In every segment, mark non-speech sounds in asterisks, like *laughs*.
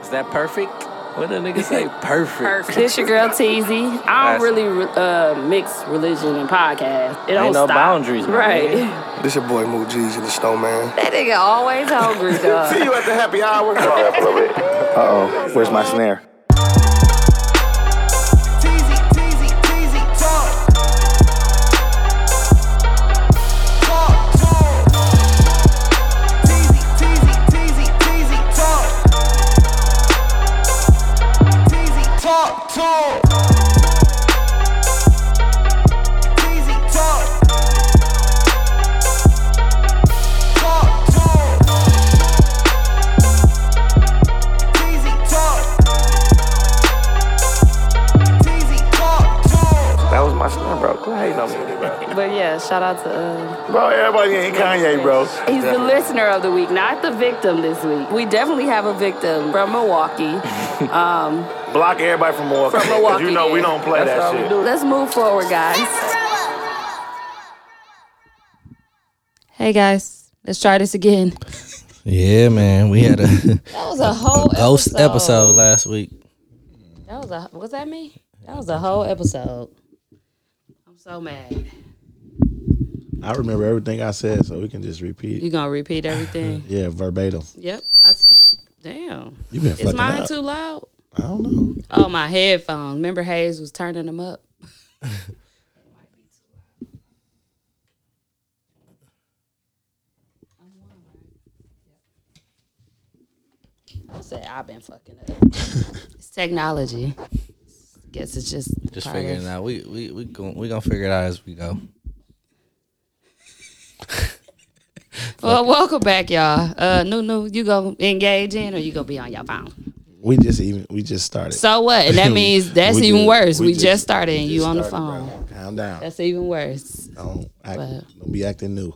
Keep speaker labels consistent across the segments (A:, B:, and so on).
A: Is that perfect? What a nigga *laughs* say? Perfect.
B: Perfect.
C: This your girl Teasy. I
A: That's-
C: don't really re- uh, mix religion and podcast. It don't
A: Ain't no
C: stop.
A: boundaries, man.
C: right? *laughs*
D: This your boy Moo G's and the Snowman.
B: That nigga always
E: *laughs*
B: hungry, dog.
D: See you at the happy hour.
E: Uh oh, where's my snare?
F: Teasy, teasy, teasy, talk. Talk, talk. Teasy, teasy, teasy, teasy, talk. Teasy, talk, talk. Teasy, talk. Talk, talk. Teasy, talk. Teasy, talk, talk.
E: That was my snare, bro. Quit hating on me, bro.
C: But yeah, shout out to. Uh,
E: Bro, everybody ain't Kanye, bro.
C: he's the listener of the week, not the victim this week. We definitely have a victim from Milwaukee.
E: Block everybody from Milwaukee.
C: From
E: 'cause
C: Milwaukee,
E: *laughs* you know we
C: yeah.
E: don't play
A: That's all
E: that
A: we
E: shit.
A: do.
C: Let's move forward, guys. Hey guys, let's try this again.
G: Yeah, man. We had a,
C: That was a whole
G: *laughs* ghost episode last week.
C: That was a was that me? That was a whole episode. I'm so mad.
H: I remember everything I said, so we can just repeat.
C: You gonna repeat everything?
H: Yeah, verbatim.
C: yep. I s damn.
H: You been
C: Is
H: fucking
C: mine
H: up.
C: too loud?
H: I don't know.
C: Oh, my headphones. Remember Hayes was turning them
H: *laughs*
C: up. I said I've been fucking up. it's technology. Guess it's just
G: Just
C: part of-
G: figuring it out. We we we gon' we gonna figure it out as we go.
C: Well, welcome back, y'all. Uh, no, no, you gonna engage in or you gonna be on your phone?
H: We just even we just started.
C: So what? And that means that's
H: *laughs* We
C: even
H: just-
C: worse. We,
H: we
C: just,
H: just-
C: started and
H: Just
C: you on the phone.
H: started, bro. Oh Calm down.
C: That's even worse.
H: don't act,
C: Wow.
H: don't be acting new.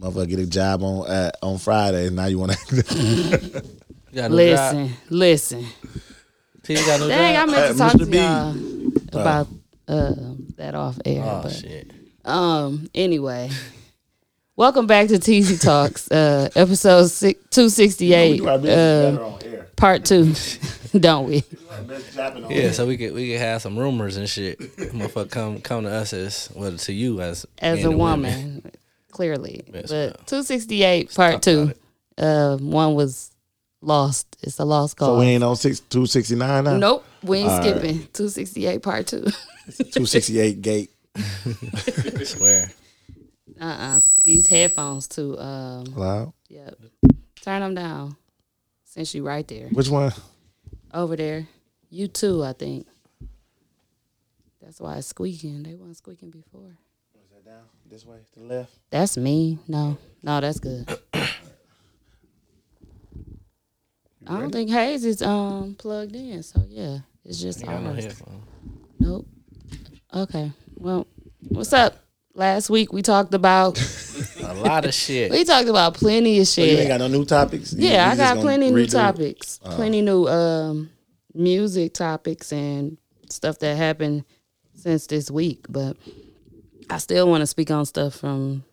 H: Motherfucker get a job on uh, on Friday and now you want to act new.
G: You got a new
C: Listen,
G: job?
C: listen.
G: T, you got a new
C: Dang, I
G: job?
C: meant to
H: Uh,
C: talk
H: Mr.
C: to
H: B.
C: y'all about uh, that off air.
G: Oh
C: but
G: shit.
C: um, anyway, welcome back to TZ Talks, uh, episode six, two sixty eight, uh,
H: on air.
C: part two.
H: *laughs*
C: Don't we?
G: Yeah, so we could we could have some rumors and shit. Motherfucker, come come to us as well to you as
C: as
G: men
C: a
G: and women.
C: woman, clearly.
G: Yes, ma'am.
C: but 268 part two, uh, one was lost. It's a lost
H: So
C: call.
H: we ain't on six two sixty nine now.
C: nope, we ain't
H: Uh, All right.
C: skipping 268 part two. *laughs*
H: two sixty eight gate.
G: Swear.
C: uh uh these headphones too. Um,
H: Loud.
C: yep, turn them down since you right there
H: Which one?
C: over there. You too, I think. That's why it's squeaking. They weren't squeaking before.
H: This way to the left.
C: That's me. No, no, that's
H: *coughs*
C: good. I don't think Hayes is um plugged in, so yeah, it's just
G: I got no
C: ours.
G: headphones.
C: Nope. Okay. Well, what's up? Last week we talked about
G: A lot
C: *laughs*
G: of shit.
C: we talked about plenty of
H: You ain't
C: shit.
H: got no new topics. You-
C: yeah,
H: you
C: I
H: just
C: got
H: gonna
C: plenty new
H: redo- Uh,
C: topics, plenty new um music topics and stuff that happened since this week. But I still want to speak on stuff from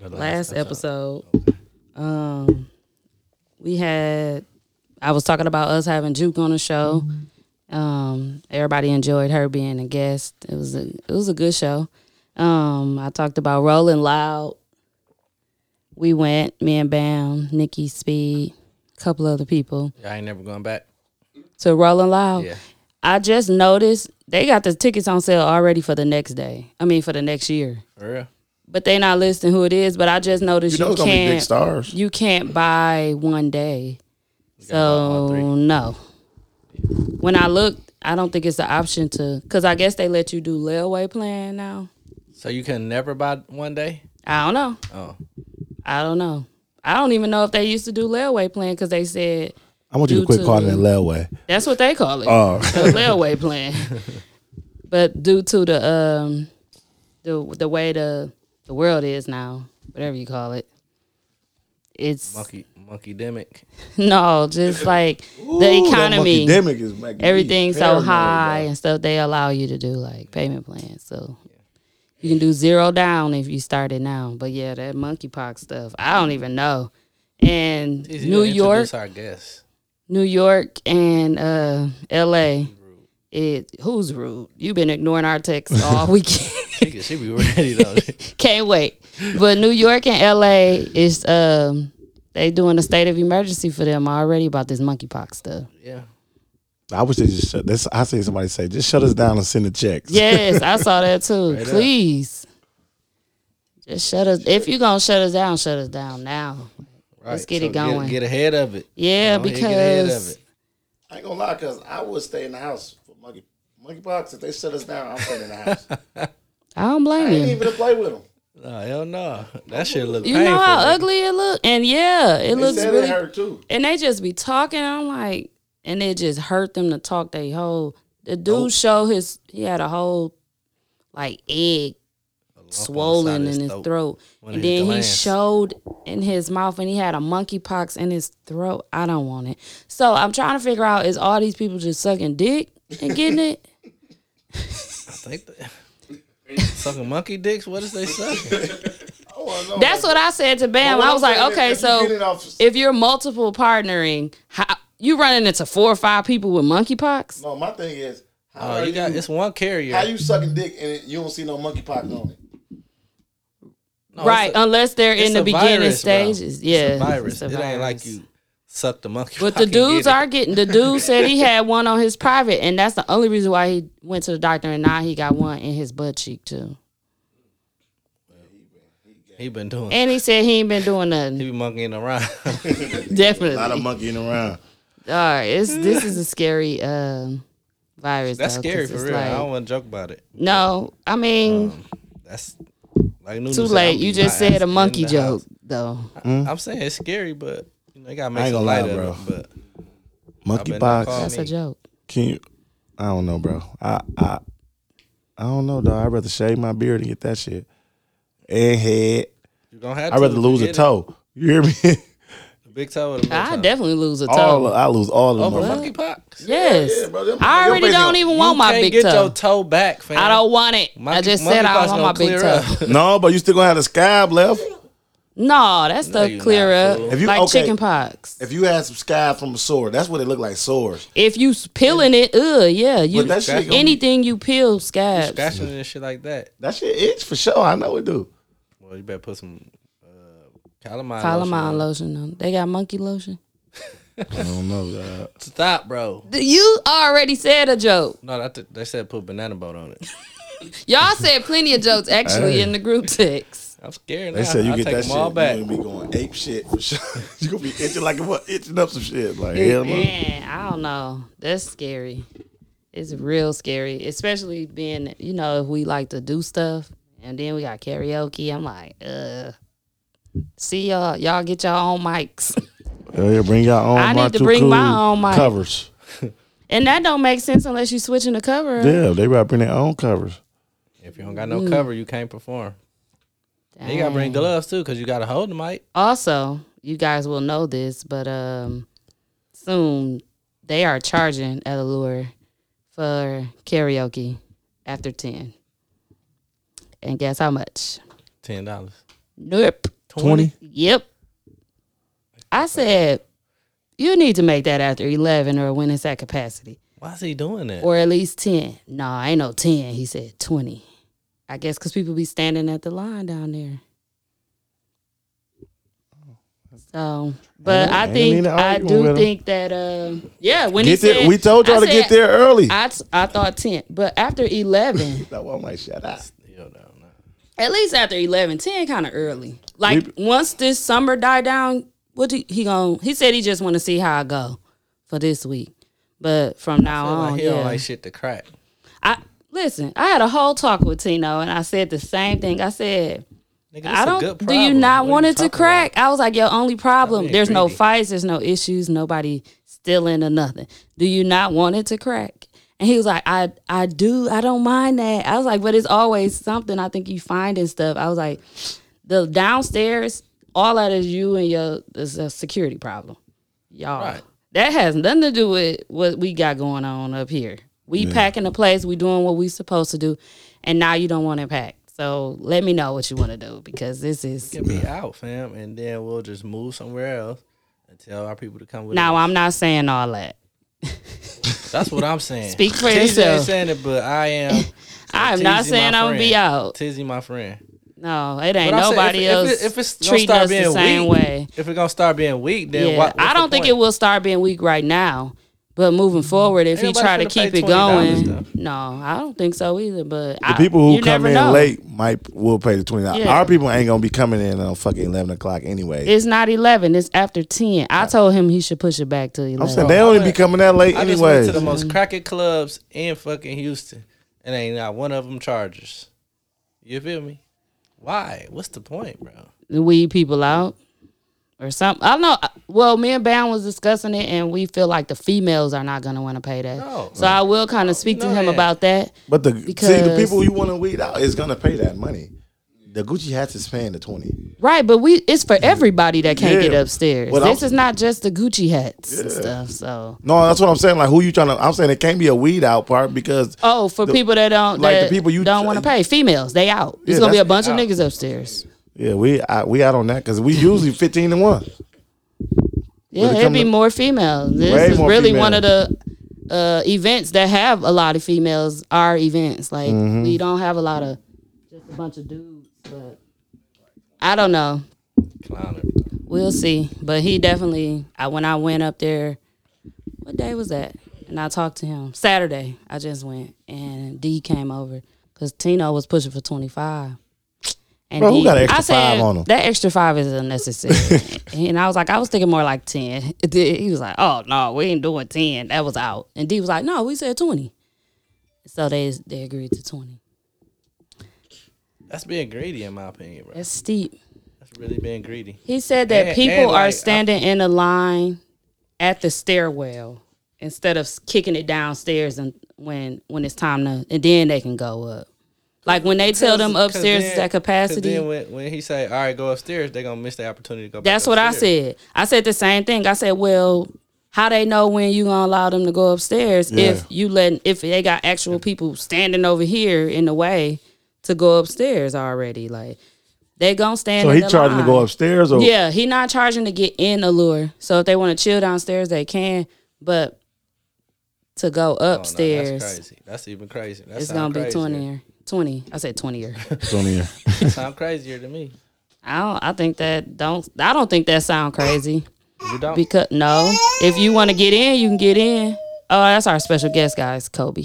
G: The
C: last episode, um, we had I was talking about us having Juke on the show.
H: Mm-hmm.
C: Um, everybody enjoyed her being a guest. It was a it was a good show. Um, I talked about Rolling Loud. We went me and Bam, Nikki Speed, a couple other people
G: I ain't never going back.
C: to Rolling Loud.
G: Yeah.
C: I just noticed they got the tickets on sale already for the next day. I mean for the next year.
G: For real.
C: But they not listing who it is. But I just noticed
H: You
C: you,
H: know it's gonna be big
C: can't
H: stars.
C: you can't buy one day.
G: gotta buy
C: So
G: all three.
C: no. When I looked, I don't think it's an option to because I guess they let you do layaway plan now.
G: So you can never buy one day?
C: I don't know.
G: Oh.
C: I don't know. I don't even know if they used to do layaway plan because they said
H: I want you
C: due
H: to quit
C: to-
H: calling it layaway.
C: that's what they call it.
H: Oh,
C: the layaway plan. but due to the um the the way the the world is now, whatever you call it, it's
G: Monkey monkey demic.
C: *laughs* no just like the economy.
H: Pandemic is making me
C: everything's so
H: paranoid,
C: high
H: bro.
C: and stuff they allow you to do like payment plans so you can do zero down if you start it now but yeah that monkeypox stuff i don't even know and
G: Easy to
C: new york
G: introduce our guest.
C: New York and uh, L.A. It who's rude? You've been ignoring our
G: *laughs*
C: texts all weekend.
G: She, she be *laughs* ready though.
C: *laughs* Can't wait. But New York and LA is um they doing a state of emergency for them already about this monkeypox stuff.
G: yeah.
H: I wish they just shut. That's I seen somebody say, just shut us down and send the checks.
C: Yes, I saw that
G: *laughs*
C: too. Please. Just shut us if you're gonna shut us down, shut us down now.
G: Right.
C: Let's get it going.
G: Get, ahead of it.
C: Yeah,
G: Go ahead, get ahead of
C: because
G: it.
H: I ain't gonna lie, cause I would stay in the house for monkey monkeypox. If they shut us down, I'm staying in the house.
C: *laughs* I don't blame you.
H: even to play with them.
G: No, hell no. That shit look
C: You
G: painful.
C: know how
G: man.
C: ugly it look? And yeah, it looks really
H: too.
C: and they just be talking. I'm like, and it just hurt them to talk. They whole the dude showed his he had a whole like egg
G: lump
C: swollen
G: inside
C: in his
G: throat.
C: throat,
G: One
C: and
G: of his
C: then he
G: glands.
C: showed in his mouth, and he had a monkeypox in his throat. I don't want it. So I'm trying to figure out is all these people just sucking dick and getting it?
G: Think that- Sucking monkey dicks? What is they
H: *laughs*
G: sucking?
C: That's what I said to Bam. I was like, okay, so if you're multiple partnering, how you running into four or five people with monkeypox?
H: no, my thing is, how
G: Oh,
H: are
G: you got it's one carrier.
H: how you sucking dick and it- you don't see no monkeypox on it?
G: No, it's
C: right,
G: a-
C: unless they're
G: it's
C: in the
G: a
C: beginning
G: virus, bro.
C: stages. Yeah,
G: It's a virus.
C: it's a
G: It ain't like
C: virus.
G: you suck the monkey.
C: But the
G: fucking
C: dudes
G: get it.
C: are getting. The dude said
G: *laughs*
C: he had one on his private, and that's the only reason why he went to the doctor. And now he got one in his butt cheek too.
G: He been doing.
C: And he said he ain't been doing
G: he
C: nothing.
G: be
C: *laughs*
G: monkeying around.
C: Definitely.
H: A lot of
C: All
H: monkeying around.
C: right, it's this is a scary um, virus.
G: That's
C: though,
G: scary
C: 'cause
G: for
C: it's
G: real. I
C: like-
G: don't want to joke about it.
C: no, I mean
G: That's like Nunu
C: too
G: said,
C: late. You
G: I'm keeping
C: just
G: my ass
C: said a
G: in
C: monkey
G: the
C: joke Mm.
G: house.
C: though.
G: I'm saying it's scary, but you know, they gotta
H: I
G: make
H: ain't
G: some
H: gonna
G: light
H: lie,
G: of it. But
H: Monkeypox.
C: That's a joke.
H: Can you? I don't know, bro. I I I don't know, though. I'd rather shave my beard and get that shit and head.
G: you gonna have.
H: I'd
G: to
H: rather
G: if
H: lose
G: you
H: a
G: get
H: toe. You hear me? *laughs*
G: it. The big toe or the little
C: I
G: toe?
C: definitely lose a toe.
H: all I lose all of
G: over
H: them.
G: monkeypox.
C: yes,
H: bro, them-
C: I
H: them
C: already
H: basically-
C: don't even want
G: you
C: my
G: can't
C: big
G: get
C: toe.
G: your toe back, fam.
C: I don't want it. I
G: Monkey-
C: just said I
G: monkeypox
C: don't
G: gonna
C: want my big
G: clear
C: toe.
G: up.
H: No, but you still gonna have the scab left.
C: *laughs* No, that stuff
G: you not,
C: clear up
G: fool.
H: If you-
C: like
H: okay.
C: chicken pox.
H: If you had some scab from a sore, that's what it looked like sores.
C: If you s- peeling it, ugh, yeah, you
H: But that shit gonna be-
C: anything you peel scabs.
G: Scratching and shit like that.
H: That shit itch for sure. I know it do.
G: Well, you better put some uh, calamine. lotion
C: Calamine
G: on.
C: lotion. on. They got monkey lotion.
H: I don't know. dog.
G: Stop, bro.
C: Th- You already said a joke.
G: No, that they said put banana boat on it.
C: Y'all said plenty of
G: *laughs*
C: jokes actually in the group text.
G: I'm scared.
H: They said you
G: I
H: get
G: take
H: that
G: them
H: shit,
G: all back.
H: you gonna be going ape shit for sure. *laughs* you gonna be itching like what? Itching up some shit. Like hell no.
C: Man, I don't know. That's scary. It's real scary, especially being you know if we like to do stuff and then we got karaoke. I'm like, uh, see y'all. Y'all get your own mics. *laughs*
H: Hell yeah, bring your own.
C: I need to bring my own mic.
H: covers.
C: And that don't make sense unless you switching the cover.
H: Yeah, they gotta bring their own covers.
G: If you don't got no cover, you can't perform. And you gotta bring
C: Mm. Dang.
G: gloves too, cause you gotta hold the mic.
C: Also, you guys will know this, but um, soon they are charging at Allure for karaoke after ten. And guess how much?
G: Ten dollars.
C: Nope.
H: Twenty.
C: Yep. I said you need to make that after eleven or when it's at capacity,
G: Why is he doing that?
C: or at least ten. No, I ain't no ten. He said twenty. I guess because people be standing at the line down there. So, but
H: Ain't-
C: I
H: ain't
C: think
H: need to
C: I
H: argue with
C: do
H: 'em.
C: think that um yeah when he
H: Get
C: said
H: there. We told y'all
C: I
H: to get
C: said-
H: there early.
C: I, t- I thought ten, but after eleven,
H: *laughs* That one might shut up.
G: Yo, no, no.
C: at least after 11 10 kind of early like once this summer die down what do he going he said he just want to see how i go for this week but from now on
G: like he
C: yeah.
G: don't like shit to crack.
C: i listen i had a whole talk with tino and i said the same thing i said
G: Nigga, this
C: I
G: a
C: don't.
G: good
C: do you
G: problem.
C: not
G: What
C: want it
G: talking
C: to
G: about?
C: crack? I was like, your only problem.
G: being
C: There's no
G: greedy.
C: fights. There's no issues. Nobody stealing or nothing. Do you not want it to crack? And he was like, I, I do. I don't mind that. I was like, but it's always something. I think you find and stuff. I was like, the downstairs, all that is you and your is a security problem, y'all.
G: Right.
C: That has nothing to do with what we got going on up here. We packing the place. We doing what we supposed to do, and now you don't want to pack. So let me know what you want to do because this is
G: Get me out, fam, and then we'll just move somewhere else. and tell our people to come with.
C: Now I'm not saying all that.
G: us. that's what I'm saying.
C: Speak for
G: TZ ain't
C: yourself.
G: saying it, but I am.
C: I am
G: TZ
C: not saying *laughs*
G: my
C: I'm gonna
G: friend.
C: be out.
G: Tizzy, my friend.
C: No, it ain't
G: But I'm saying
C: nobody
G: if-
C: else
G: if, it- if it's gonna
C: treating
G: start
C: us
G: being
C: the same
G: weak,
C: way.
G: If it's gonna start being weak, then
C: yeah,
G: what,
C: I don't think it will start being weak right now. But moving forward, if
G: Ain't
C: he
G: nobody
C: try to
G: Mm-hmm. finna pay
C: keep it
G: $20
C: going,
G: though.
C: no, I don't think so either. But
H: The people who come in
C: know.
H: late might will pay the twenty dollars.
C: Yeah.
H: Our people ain't gonna be coming in on fucking eleven o'clock anyway.
C: It's not eleven. It's after ten. I told him he should push it back to eleven.
H: I'm saying they only be coming that late
G: I just went to
H: anyway.
G: the most cracked clubs in fucking Houston, and ain't not one of them Chargers. You feel me? Why? What's the point, bro?
C: the weed people out or something. I don't know. Well, me and Bam was discussing it, and we feel like the females are not going to want to pay that.
G: No.
C: So I will kind of speak to
G: know
C: him
G: that.
C: about that.
H: But the see the
C: Because-
H: people you want to weed out is gonna pay that money. The Gucci hats is paying the twenty.
C: Right, but we it's for everybody that can't get
H: Yeah.
C: upstairs.
H: What
C: this
H: I'm-
C: is not just the Gucci hats and
H: Yeah.
C: stuff. So
H: No, that's what I'm saying. Like who you trying to? I'm saying it can't be a weed out part because
C: oh, for
H: The-
C: people that don't
H: like the
C: that
H: people you-
C: don't want to pay, females they out. It's
H: Yeah,
C: gonna be a
H: that's-
C: bunch of niggas upstairs.
H: yeah we I, we out on that because we
C: *laughs*
H: usually fifteen to one.
C: Yeah,
H: it
C: it'd
H: come
C: be
H: to-
C: more females. This
H: Way
C: is
H: more
C: really
H: females.
C: one of the uh, events that have a lot of females. Our events, like
H: Mm-hmm.
C: we don't have a lot of just a bunch of dudes. But I don't know.
G: Clown
C: We'll see. But he definitely. I when I went up there, what day was that? And I talked to him Saturday. I just went and D came over because Tino was pushing for twenty five. And
H: Bro, who
C: D-
H: got an extra
C: I said,
H: five on him?
C: That extra five is unnecessary.
H: *laughs*
C: and I was like, I was thinking more like ten. *laughs* He was like, Oh no, we ain't doing ten. That was out. And D was like, No, we said twenty. So they they agreed to twenty.
G: That's being greedy, in my opinion, bro.
C: That's steep.
G: That's really being greedy.
C: He said that
G: And-
C: people
G: and,
C: are
G: like, I-
C: standing in a line at the stairwell instead of s- kicking it downstairs and when when it's time to and then they can go up. Like when they tell them
G: 'Cause- 'cause
C: upstairs
G: then-
C: is at
G: 'cause Then
C: capacity.
G: when, when he say, "All right, go upstairs," they gonna miss the opportunity to go. Back
C: That's what I
G: upstairs.
C: said. I said the same thing. I said, well, how they know when you gonna allow them to go upstairs
H: Yeah.
C: if you let if they got actual people standing over here in the way to go upstairs already? Like they gonna stand.
H: So
C: in
H: he
C: the
H: charging to
C: line.
H: go upstairs
G: Oh.
H: or
C: Yeah, he not charging to get in Allure. So if they want to chill downstairs, they can. But to go
G: Oh, no,
C: upstairs,
G: that's crazy. That's even crazy. That
C: it's
G: sound
C: gonna be
G: crazier.
C: twenty. Twenty. I said
G: *laughs*
C: twenty year.
H: Tony?
G: That sound crazier to me.
C: I don't. I think that don't. I don't think that sound crazy
G: You don't.
C: because no. If you want to get in, you can get in. Oh, that's our special guest, guys. Kobe.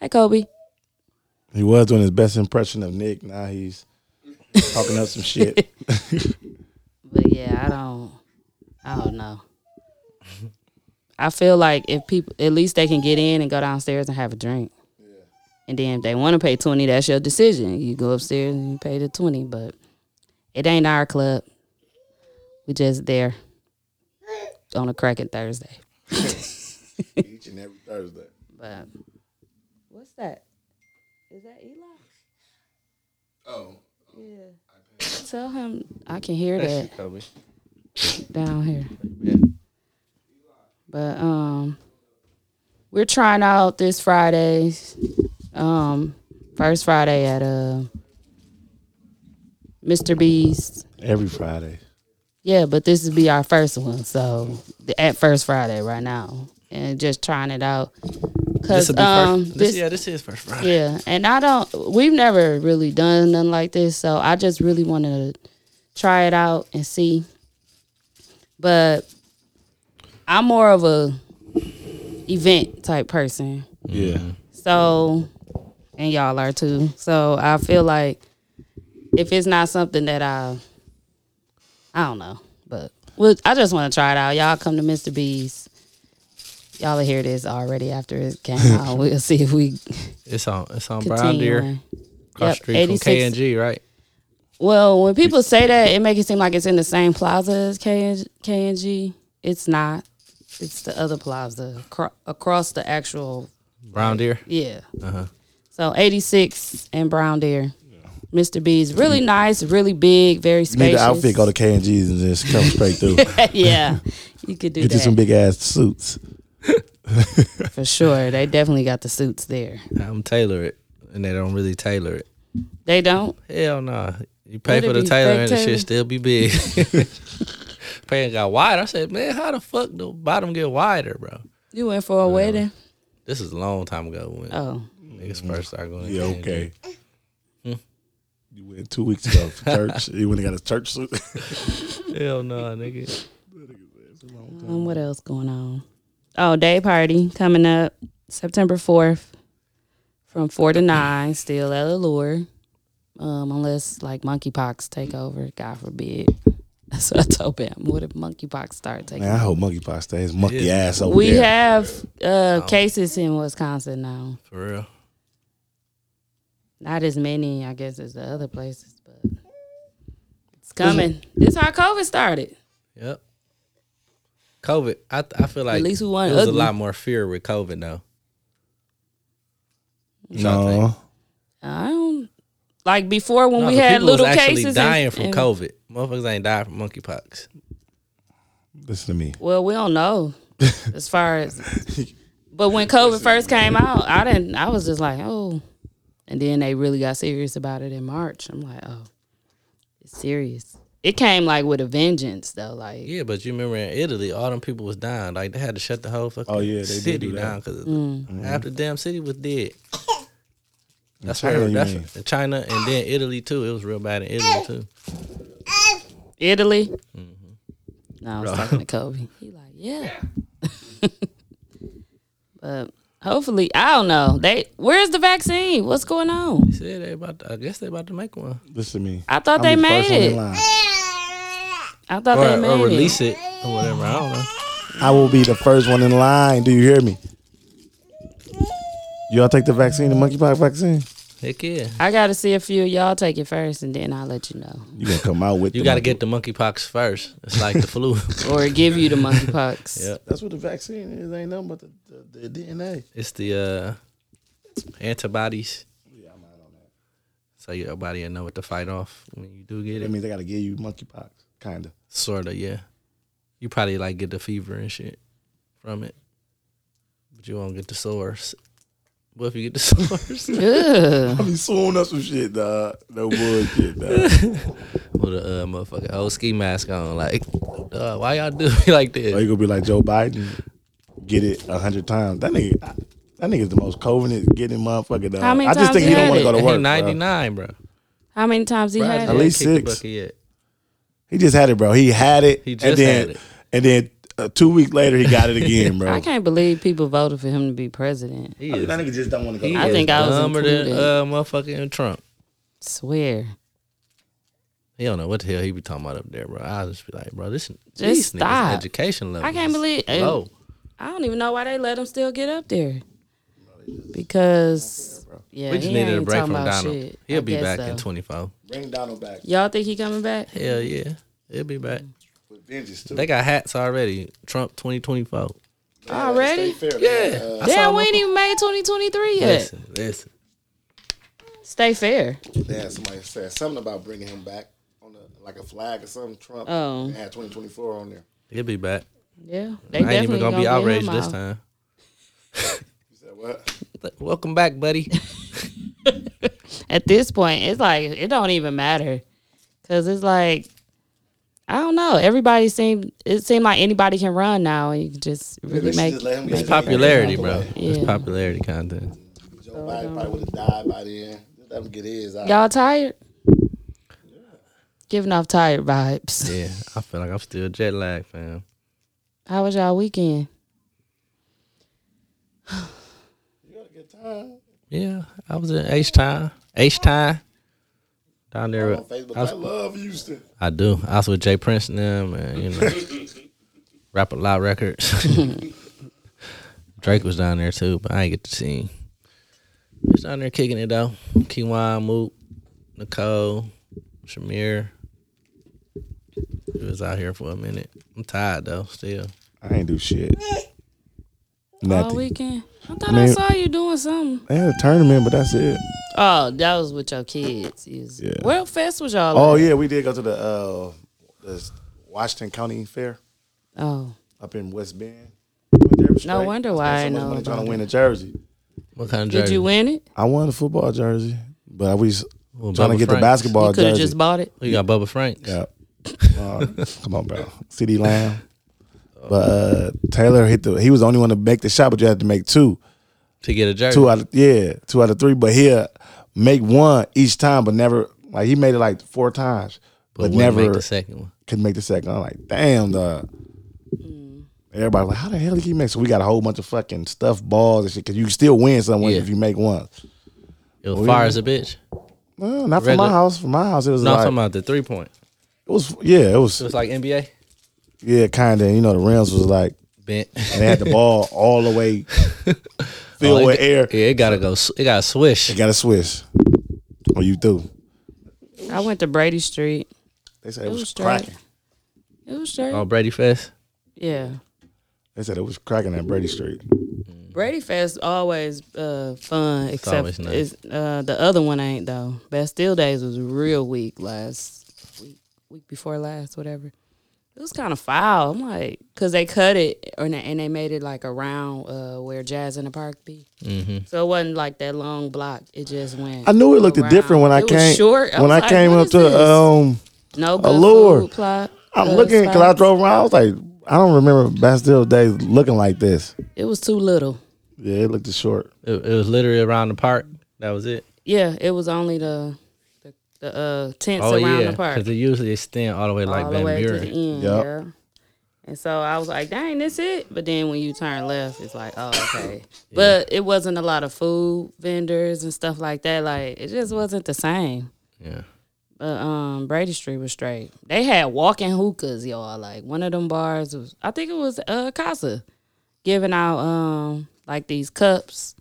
C: Hey, Kobe.
H: *laughs* He was doing his best impression of Nick. Now he's talking up
C: *laughs*
H: some shit.
C: But yeah, I don't. I don't know. I feel like if people, at least they can get in and go downstairs and have a drink. And then if they want to pay twenty, that's your decision. You go upstairs and you pay the twenty, but it ain't our club. We just there on a cracking Thursday.
H: Each and every Thursday.
C: But what's that? Is that Eli?
H: Oh.
C: Yeah. Tell him I can hear that
G: Kobe.
C: down here.
G: Yeah.
C: But um we're trying out this Friday. Um first Friday at uh Mr. B's.
H: Every Friday.
C: Yeah, but this would be our first one, so the- at first Friday right now. And just trying it out. Cause
G: This'll be
C: um
G: first.
C: this,
G: this, yeah, this is first Friday.
C: yeah, and I don't. We've never really done nothing like this, so I just really wanted to try it out and see. But I'm more of a event type person,
H: Yeah.
C: so and y'all are too. So I feel like if it's not something that I, I don't know, but well, I just want to try it out. Y'all come to Mr. B's. Y'all will hear this already after it came out. We'll see if we
G: It's on. It's on Brown Deer,
C: continue. Yep,
G: across the street from
C: 86.
G: K and G, right?
C: Well, when people say that, it makes it seem like it's in the same plaza as K and K and G. It's not. It's the other plaza acro- across the actual.
G: Brown Deer.
C: Yeah.
G: Uh-huh.
C: So 86 and Brown Deer. Mr. B's really nice, really big, very
H: You need
C: spacious.
H: an
C: *laughs*
H: outfit, go to K and G's and just come straight through. Get
C: yeah, you could do
H: you some
C: that
H: big ass suits.
C: for sure. They definitely got the suits there.
G: I'm tailor it, and they don't really tailor it.
C: They don't.
G: Hell no. You pay
C: Let it
G: for the
C: be
G: tailor,
C: fake
G: and the *laughs*
C: tailor.
G: shit still be big. pan got wider. I said, man, how the fuck the bottom get wider, bro?
C: You went for a wedding.
G: This is a long time ago when
C: Oh,
G: niggas first started going. to
I: Yeah,
G: Canada.
I: okay.
C: Hmm.
I: You went two weeks
C: *laughs*
I: ago to church. You went and got a church suit.
G: Hell no, nigga.
C: um, what else going on? Oh, day party coming up September fourth, from four to nine. Still at Allure, um, unless like monkeypox take over. God forbid. That's what I told Bam. What if monkeypox start taking?
I: Man, I hope Monkey Pie stays monkey ass over
C: We
I: there.
C: have uh,
G: Oh.
C: cases in Wisconsin now.
G: For real.
C: Not as many, I guess, as the other places, but it's coming. This is how COVID started.
G: Yep. COVID. I th- I feel like
C: least we
G: it
C: wasn't
G: was a
C: ugly.
G: lot more fear with COVID though.
I: no,
C: I don't like before when
G: No,
C: we
G: the
C: had
G: people was
C: little
G: actually
C: cases. and-
G: dying from
C: and-
G: COVID. Motherfuckers ain't dying from monkeypox.
I: listen to me.
C: Well, we don't
G: *laughs*
C: know as far as. But when COVID first came out, I didn't. I was just like, oh. And then they really got serious about it in March. I'm like, oh, it's serious. It came like with a vengeance, though. Like,
G: Yeah, but you remember in Italy, all them people was dying. Like they had to shut the whole fucking
I: Oh, yeah, they did
G: city
I: do that. Mm-hmm.
G: down because
C: Mm.
G: half the damn city was dead. That's
I: China,
G: where
I: you
G: that's
I: mean?
G: in China and then Italy too. It was real bad in Italy too.
C: Italy.
G: Mm-hmm.
C: No, I was talking to
G: *laughs*
C: Kobe. He like, yeah. *laughs* but hopefully, I don't know. They where's the vaccine? What's going on?
G: Said they about. To, I guess they about to make one
I: Listen to me.
C: I thought
I: I'm
C: they
I: the
C: made
I: first one in
C: it.
I: line.
C: I thought
G: or,
C: they made
G: or release
C: it.
G: it or whatever. I don't know.
I: I will be the first one in line. Do you hear me? Y'all take the vaccine, the monkeypox vaccine.
G: Heck yeah.
C: I got to see a few of y'all take it first, and then I'll let you know,
I: You gonna come out with?
G: You
I: the
G: got to
I: monkey-
G: get the monkeypox first. It's like the flu. *laughs*
C: or give you the monkeypox.
G: Yep.
I: That's what the vaccine is. Ain't nothing but the, the, the DNA.
G: It's the uh, antibodies. So your body will know what to fight off when you do get
I: That
G: it.
I: means they gotta give you monkeypox, kinda.
G: Sort of, yeah. You probably like get the fever and shit from it, but you won't get the sores. What if you get the *laughs* sores
C: Ugh.
I: I be suing us some shit, dog. No
C: *laughs*
I: bullshit, dog.
G: with a uh, motherfucking old ski mask on? Like, uh, why y'all do *laughs* me like
I: or you
G: this?
I: gonna be like Joe Biden, get it a hundred times. That nigga, that nigga's the most covenant getting motherfucker. Dog.
C: How many
I: I just
C: times
I: think
C: he
I: he don't
C: had
I: want to go
C: it?
I: to
G: And
I: work.
G: he
I: bro.
G: ninety nine, bro.
C: How many times he had
I: At
C: it?
I: least
G: Kick the
I: six.
G: bucket yet.
I: He just had it, bro. He had it.
G: He just
I: and then,
G: had it.
I: And then uh, two weeks later, he
G: *laughs*
I: got it again, bro.
C: I can't believe people voted for him to be president.
G: He
I: That
G: is.
I: nigga just don't want to
G: He
I: go.
C: I
G: is
C: think I was
G: dumber than
C: included.
G: uh, motherfucking Trump.
C: Swear,
G: He don't know what the hell he be talking about up there, bro. I just be like, bro, this these
C: Just
G: niggas
C: stop.
G: education level.
C: I can't believe.
G: Oh,
C: I don't even know why they let him still get up there. Because yeah,
G: we just
C: he
G: needed a
C: ain't
G: break
C: talking
G: from
C: about
G: Donald.
C: shit.
G: He'll
C: I
G: be
C: guess
G: back in
C: so.
G: twenty four.
I: Bring Donald back.
C: Y'all think he coming back?
G: Hell yeah, he'll be back. They got hats already. Trump twenty twenty four.
C: Already?
G: Yeah. I saw
C: Damn, we
G: one-
C: ain't even made 2023 yet.
G: Listen, listen.
C: Stay fair.
H: They had somebody said something about bringing him back on a, like a flag or something. Trump
C: Oh.
H: They had 2024 on there.
G: He'll be back.
C: Yeah. They
G: I ain't even gonna, be
C: get him
G: outraged this
C: out.
G: time.
H: You said what?
G: But Welcome
C: *laughs*
G: back, buddy.
C: At this point, it's like it don't even matter. Cause it's like I don't know. Everybody seem it seemed like anybody can run now. You can just really
H: should
C: make
H: just let him
C: make
H: get
C: it.
G: Popularity, bro. It's
C: Yeah.
G: popularity content.
H: Joe Biden probably would have died by then. Just let him get his out.
C: Y'all tired? Giving off tired vibes.
G: Yeah, I feel like I'm still jet lagged, fam.
C: How was y'all weekend?
G: Yeah, I was in H time. H time. Down there. with-
H: Facebook,
G: I was-
H: I love Houston.
G: I do. I was with Jay Prince and them, and you know, rap a lot records. Drake was down there too, but I ain't get to see him. He was down there kicking it though. Kiwan, Mook, Nicole, Shamir. He was out here for a minute. I'm tired though, still.
I: I ain't do shit.
C: All
I: Nothing.
C: weekend. I thought I
I: Man.
C: saw you doing something.
I: They had a tournament, but that's it.
C: Oh, that was with your kids. You Was,
I: Yeah.
C: What fest was y'all?
I: Oh
C: at?
I: yeah, we did go to the, uh, the Washington County Fair
C: Oh,
I: up in West Bend. We went there straight.
C: no wonder why I
I: Spent so
C: know.
I: much money trying
C: about
I: to win
C: it.
I: a jersey.
G: What kind of jersey?
C: Did you win it?
I: I won a football jersey, but I was
G: Well,
I: trying to
G: Bubba
I: get the
G: Franks.
I: basketball
C: You could have
I: jersey.
C: just bought it.
G: You got Bubba Franks.
I: yeah. *laughs* Uh, come on, bro. CD Lamb. But uh, Taylor hit the. He was the only one to make the shot, but you had to make two.
G: to get a jersey.
I: Two out of yeah, two out of three. But he'll make one each time, but never like he made it like four times, but,
G: wouldn't
I: never
G: make the second one.
I: could make the second. I'm like, damn, dog.
G: Mm.
I: Everybody like, how the hell did he make? So we got a whole bunch of fucking stuffed balls and shit because you still win someone
G: Yeah.
I: if you make one.
G: It was
I: Well,
G: far
I: yeah.
G: as a bitch.
I: Well, not from
G: Regular-
I: my house. From my house, it was
G: No, I'm
I: like
G: talking about the three point.
I: it was yeah, it was
G: It was like NBA
I: yeah, kind of. You know, the rims was like
G: *laughs* bent.
I: and they had the ball all the way *laughs* filled
G: Oh,
I: with
G: it,
I: air.
G: Yeah, it gotta go. s- It gotta
I: You
G: swish.
I: got to swish. Or you do.
C: I went to Brady Street.
I: They said it,
C: It
I: was,
C: was straight.
I: cracking.
C: It was straight.
G: Oh, Brady Fest.
C: Yeah.
I: They said it was cracking at Brady Street.
C: Brady Fest always uh, fun, except
G: always nice.
C: it's, uh, the other one ain't though. Bastille Days was real weak last week, week before last, whatever. It was kind of foul. I'm like, cause they cut it or na- and they made it like around uh, where Jazz in the Park be, mm-hmm. so it wasn't like that long block. It just went.
I: I knew it looked
C: around.
I: different when
C: Oh,
I: I
C: It was
I: came
C: short.
I: when I
C: was like,
I: came
C: what
I: up
C: is
I: to
C: this?
I: um
C: no good
I: Allure.
C: food plot.
I: I'm
C: uh,
I: looking because I
C: spots.
I: drove around. I was like, I don't remember Bastille Days looking like this.
C: It was too little.
I: Yeah, it looked short.
G: It, it was literally around the park. That was it.
C: Yeah, it was only the the, the uh, tents
G: oh
C: around
G: yeah,
C: the park.
G: because they usually extend all the way to, like
C: all
G: Van
C: the way to
G: Buren.
C: the E- end.
I: Yup.
C: Yeah. And so I was like, dang, that's it. But then when you turn left, it's like, oh,
G: *coughs*
C: okay. But it wasn't a lot of food vendors and stuff like that. Like, it just wasn't the same.
G: Yeah.
C: But um, Brady Street was straight. They had walking hookahs, y'all. Like, one of them bars was, I think it was uh, Casa, giving out um like these cups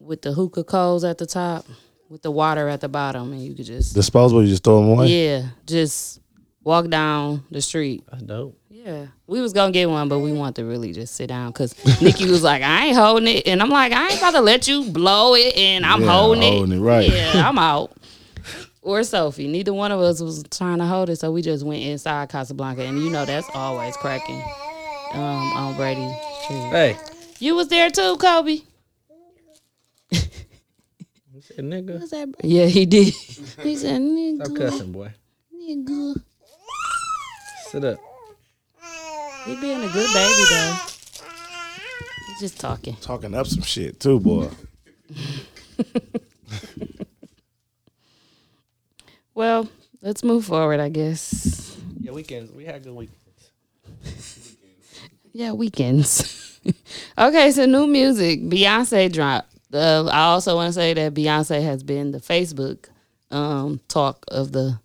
C: with the hookah coals at the top, with the water at the bottom. And you could just,
I: Disposable, you just throw them away.
C: yeah, just walk down the street
G: That's dope.
C: yeah, we was gonna get one, but we want to really just sit down because Nikki was like, "I ain't holding it," and I'm like, "I ain't about to let you blow it," and I'm
I: Yeah,
C: holding,
I: holding
C: it.
I: it, right.
C: Yeah, I'm out. Or Sophie, neither one of us was trying to hold it, so we just went inside Casablanca, and you know that's always cracking um, on Brady Street.
G: Hey,
C: You was there too, Kobe.
G: nigga,
C: Was that? Yeah, he did. *laughs* He said, "Nigga,
G: stop cussing, boy.
C: nigga."
G: Sit up.
C: He being a good baby though. He just talking.
I: Talking up some shit too, boy.
C: Well, let's move forward, I guess.
G: Yeah, weekends. We had good weekends.
C: Yeah, weekends. *laughs* okay, so new music. Beyonce dropped. Uh, I also want to say that Beyonce has been the Facebook um, talk of the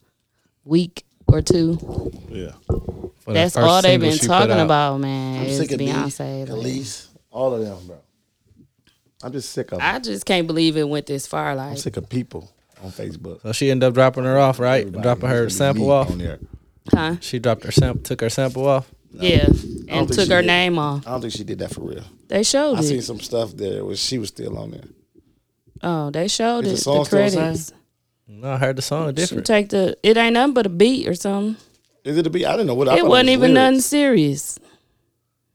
C: week or two.
I: Yeah,
G: For the
C: That's
G: first
C: all they've
G: single
C: been
G: she put
C: talking
G: out.
C: about, man. is
J: sick of
C: Beyonce. like-
J: Elise.
I: all of them, bro. I'm just sick of. them.
C: I just can't believe it went this far. Like,
I: I'm sick of people on Facebook.
G: So she ended up dropping her off, right?
I: Everybody
G: dropping
I: used to
G: her
I: be
G: sample
I: mean
G: off.
I: on there.
C: huh?
G: She dropped her sample, took her sample off.
C: Yeah, and
I: think
C: took
I: she
C: her
I: did.
C: name off.
I: I don't think she did that for real.
C: They showed
I: I
C: it.
I: seen some stuff there where she was still on there.
C: oh, they showed
I: Is the
C: it. The,
I: song still the same?
C: credits.
G: No, I heard the song
C: You
G: different.
C: take the. It ain't nothing but a beat or something.
I: Is it a beat? I didn't know what. I
C: it
I: thought
C: wasn't
I: was
C: even
I: lyrics.
C: nothing serious.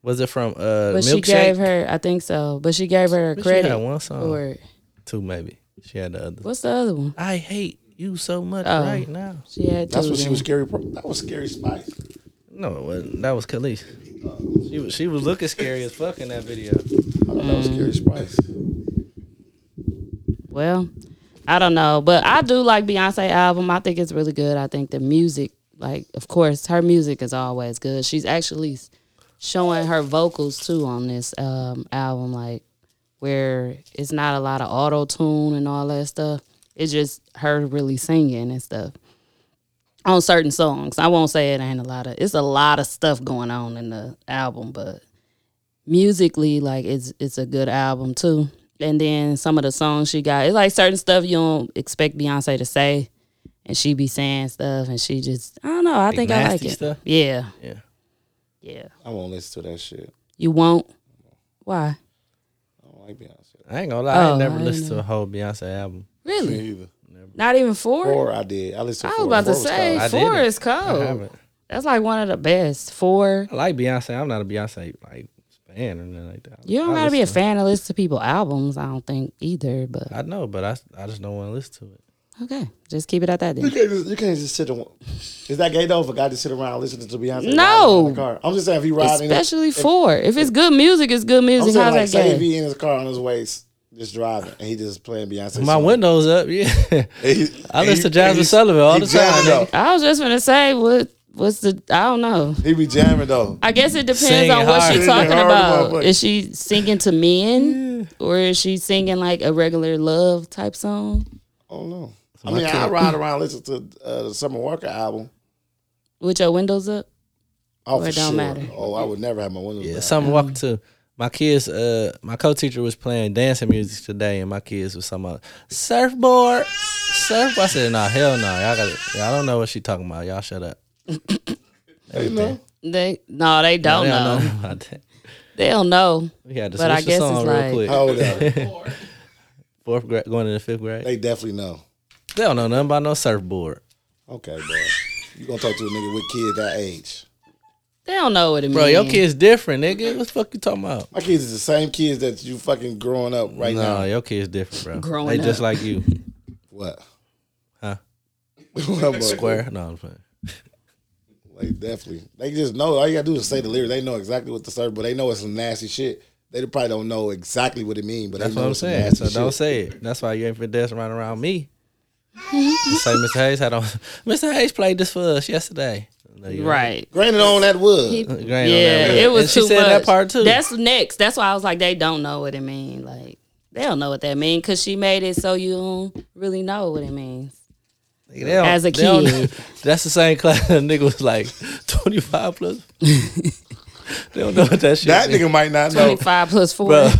G: Was it from uh,
C: But
G: Milkshake?
C: she gave her, I think so. But she gave her a
G: But she had
C: credit
G: one song.
C: for it.
G: Two maybe. She had the other.
C: What's the other one?
G: I hate you so much
C: Oh.
G: right now.
C: She had.
I: That's
C: two
I: what she
C: then.
I: was scary. Pro- that was scary spice.
G: No, it wasn't. That was Khalees. She was she was looking scary as fuck in that video.
I: I thought that was scary
C: Mm.
I: spice.
C: Well, I don't know, but I do like Beyonce album. I think it's really good. I think the music, like, of course, her music is always good. She's actually s- showing her vocals too on this um, album, like where it's not a lot of auto tune and all that stuff. It's just her really singing and stuff on certain songs. I won't say it ain't a lot of. It's a lot of stuff going on in the album, but musically like it's it's a good album too and then some of the songs she got it's like certain stuff you don't expect beyonce to say and she be saying stuff and she just i don't know i think i like
G: nasty
C: it
G: stuff?
C: yeah
G: Yeah.
C: yeah
I: I won't listen to that shit.
C: you won't why
I: I don't like Beyonce.
G: I ain't gonna lie, I
C: Oh,
G: ain't never
C: I
G: listened to a whole Beyonce album.
C: really
I: Me either.
C: not even four,
I: Four, I did. I listened.
C: i was
I: to four.
C: about
I: Four
C: to say
G: I
C: four
G: didn't.
C: is
G: I
C: cold
G: haven't.
C: that's like one of the best four
G: I like Beyonce. I'm not a Beyonce like fan or nothing like that.
C: you don't
G: I
C: gotta be a
G: listen
C: fan to listen to people albums i don't think either but
G: to- I know, but I I just don't want to listen to it.
C: Okay, just keep it at that
I: You
C: then.
I: can't just, you can't just sit on. Is that gay though for a guy to sit around listening to Beyonce?
C: No.
I: in the car? I'm just saying if he riding,
C: Especially for if it's good music, it's good
I: I'm
C: music.
I: saying
C: How's
I: like
C: that
I: say
C: game?
I: if he in his car on his way, s- just driving, and he just playing Beyonce.
G: My
I: song.
G: windows up. *laughs* Yeah. I listen to Jasmine
I: he's-
G: Sullivan all
I: he
G: the time.
I: jamming, though.
G: nigga.
C: I was just gonna say what what's the I don't know.
I: He be jamming though.
C: I guess it depends
G: Singing
C: on what
G: hard.
C: she's talking
I: Singing hard,
C: about.
I: motherfucker.
C: Is she singing to men, or is she singing like a regular love type song?
I: I don't know. I mean, I ride around listen to uh, the Summer Walker album.
C: With your windows up,
I: Oh,
C: Or
I: for
C: it don't
I: sure.
C: matter.
I: Oh, I would never have my windows.
G: Yeah,
I: down.
G: something walking to my kids. Uh, my co-teacher was playing dancing music today, and my kids was talking about surfboard, surfboard. I said, "Nah, hell no, y'all got to Y'all don't know what she talking about. Y'all shut up."
I: You know?
C: they no, they don't
G: They
C: know.
G: don't know about that. *laughs*
C: They don't know.
G: We had to
C: But I
G: switch the
C: guess
G: song
C: it's
G: real
C: like-
G: quick.
H: Oh.
I: How old are they?
G: Fourth grade, going into fifth grade. They,
I: They definitely know.
G: don't know nothing about no surfboard.
I: Okay, boy. You gonna talk to a nigga with kids that age?
C: They don't know what it means.
G: Bro, your kids different, nigga. What the fuck you talking about?
I: My kids is the same kids that you fucking growing up right
G: No,
I: now.
G: your kids different, bro.
C: Growing
G: they just
C: up. *laughs*
G: like you.
I: What?
G: Huh?
I: *laughs* What, boy?
G: Square. No, I'm playing.
I: Like definitely, they just know. All you gotta do is say the lyrics. They know exactly what the serve, but they know it's some nasty shit. They probably don't know exactly what it means, but
G: That's
I: they know
G: what I'm
I: it's some
G: saying.
I: nasty
G: So don't
I: shit.
G: say it. That's why you ain't been dancing around around me.
C: Mm-hmm.
G: Just say Mr. Hayes had on. *laughs* Mr. Hayes played this for us yesterday. No, you
C: right?
I: Granted, on that wood.
G: don't. Grain on
C: Yeah,
G: that
C: it
G: one.
C: was
G: And
C: too
G: she said
C: much.
G: that part too.
C: That's next. That's why I was like, they don't know what it means. Like they don't know what that means because she made it so you don't really know what it means.
G: They don't-
C: as a
G: they don't-
C: kid.
G: *laughs* That's the same class. *laughs* That nigga was like
C: *laughs*
G: 25 plus. they don't know what that shit.
I: that
G: mean.
I: nigga might not know.
C: Twenty five plus four.
G: bro.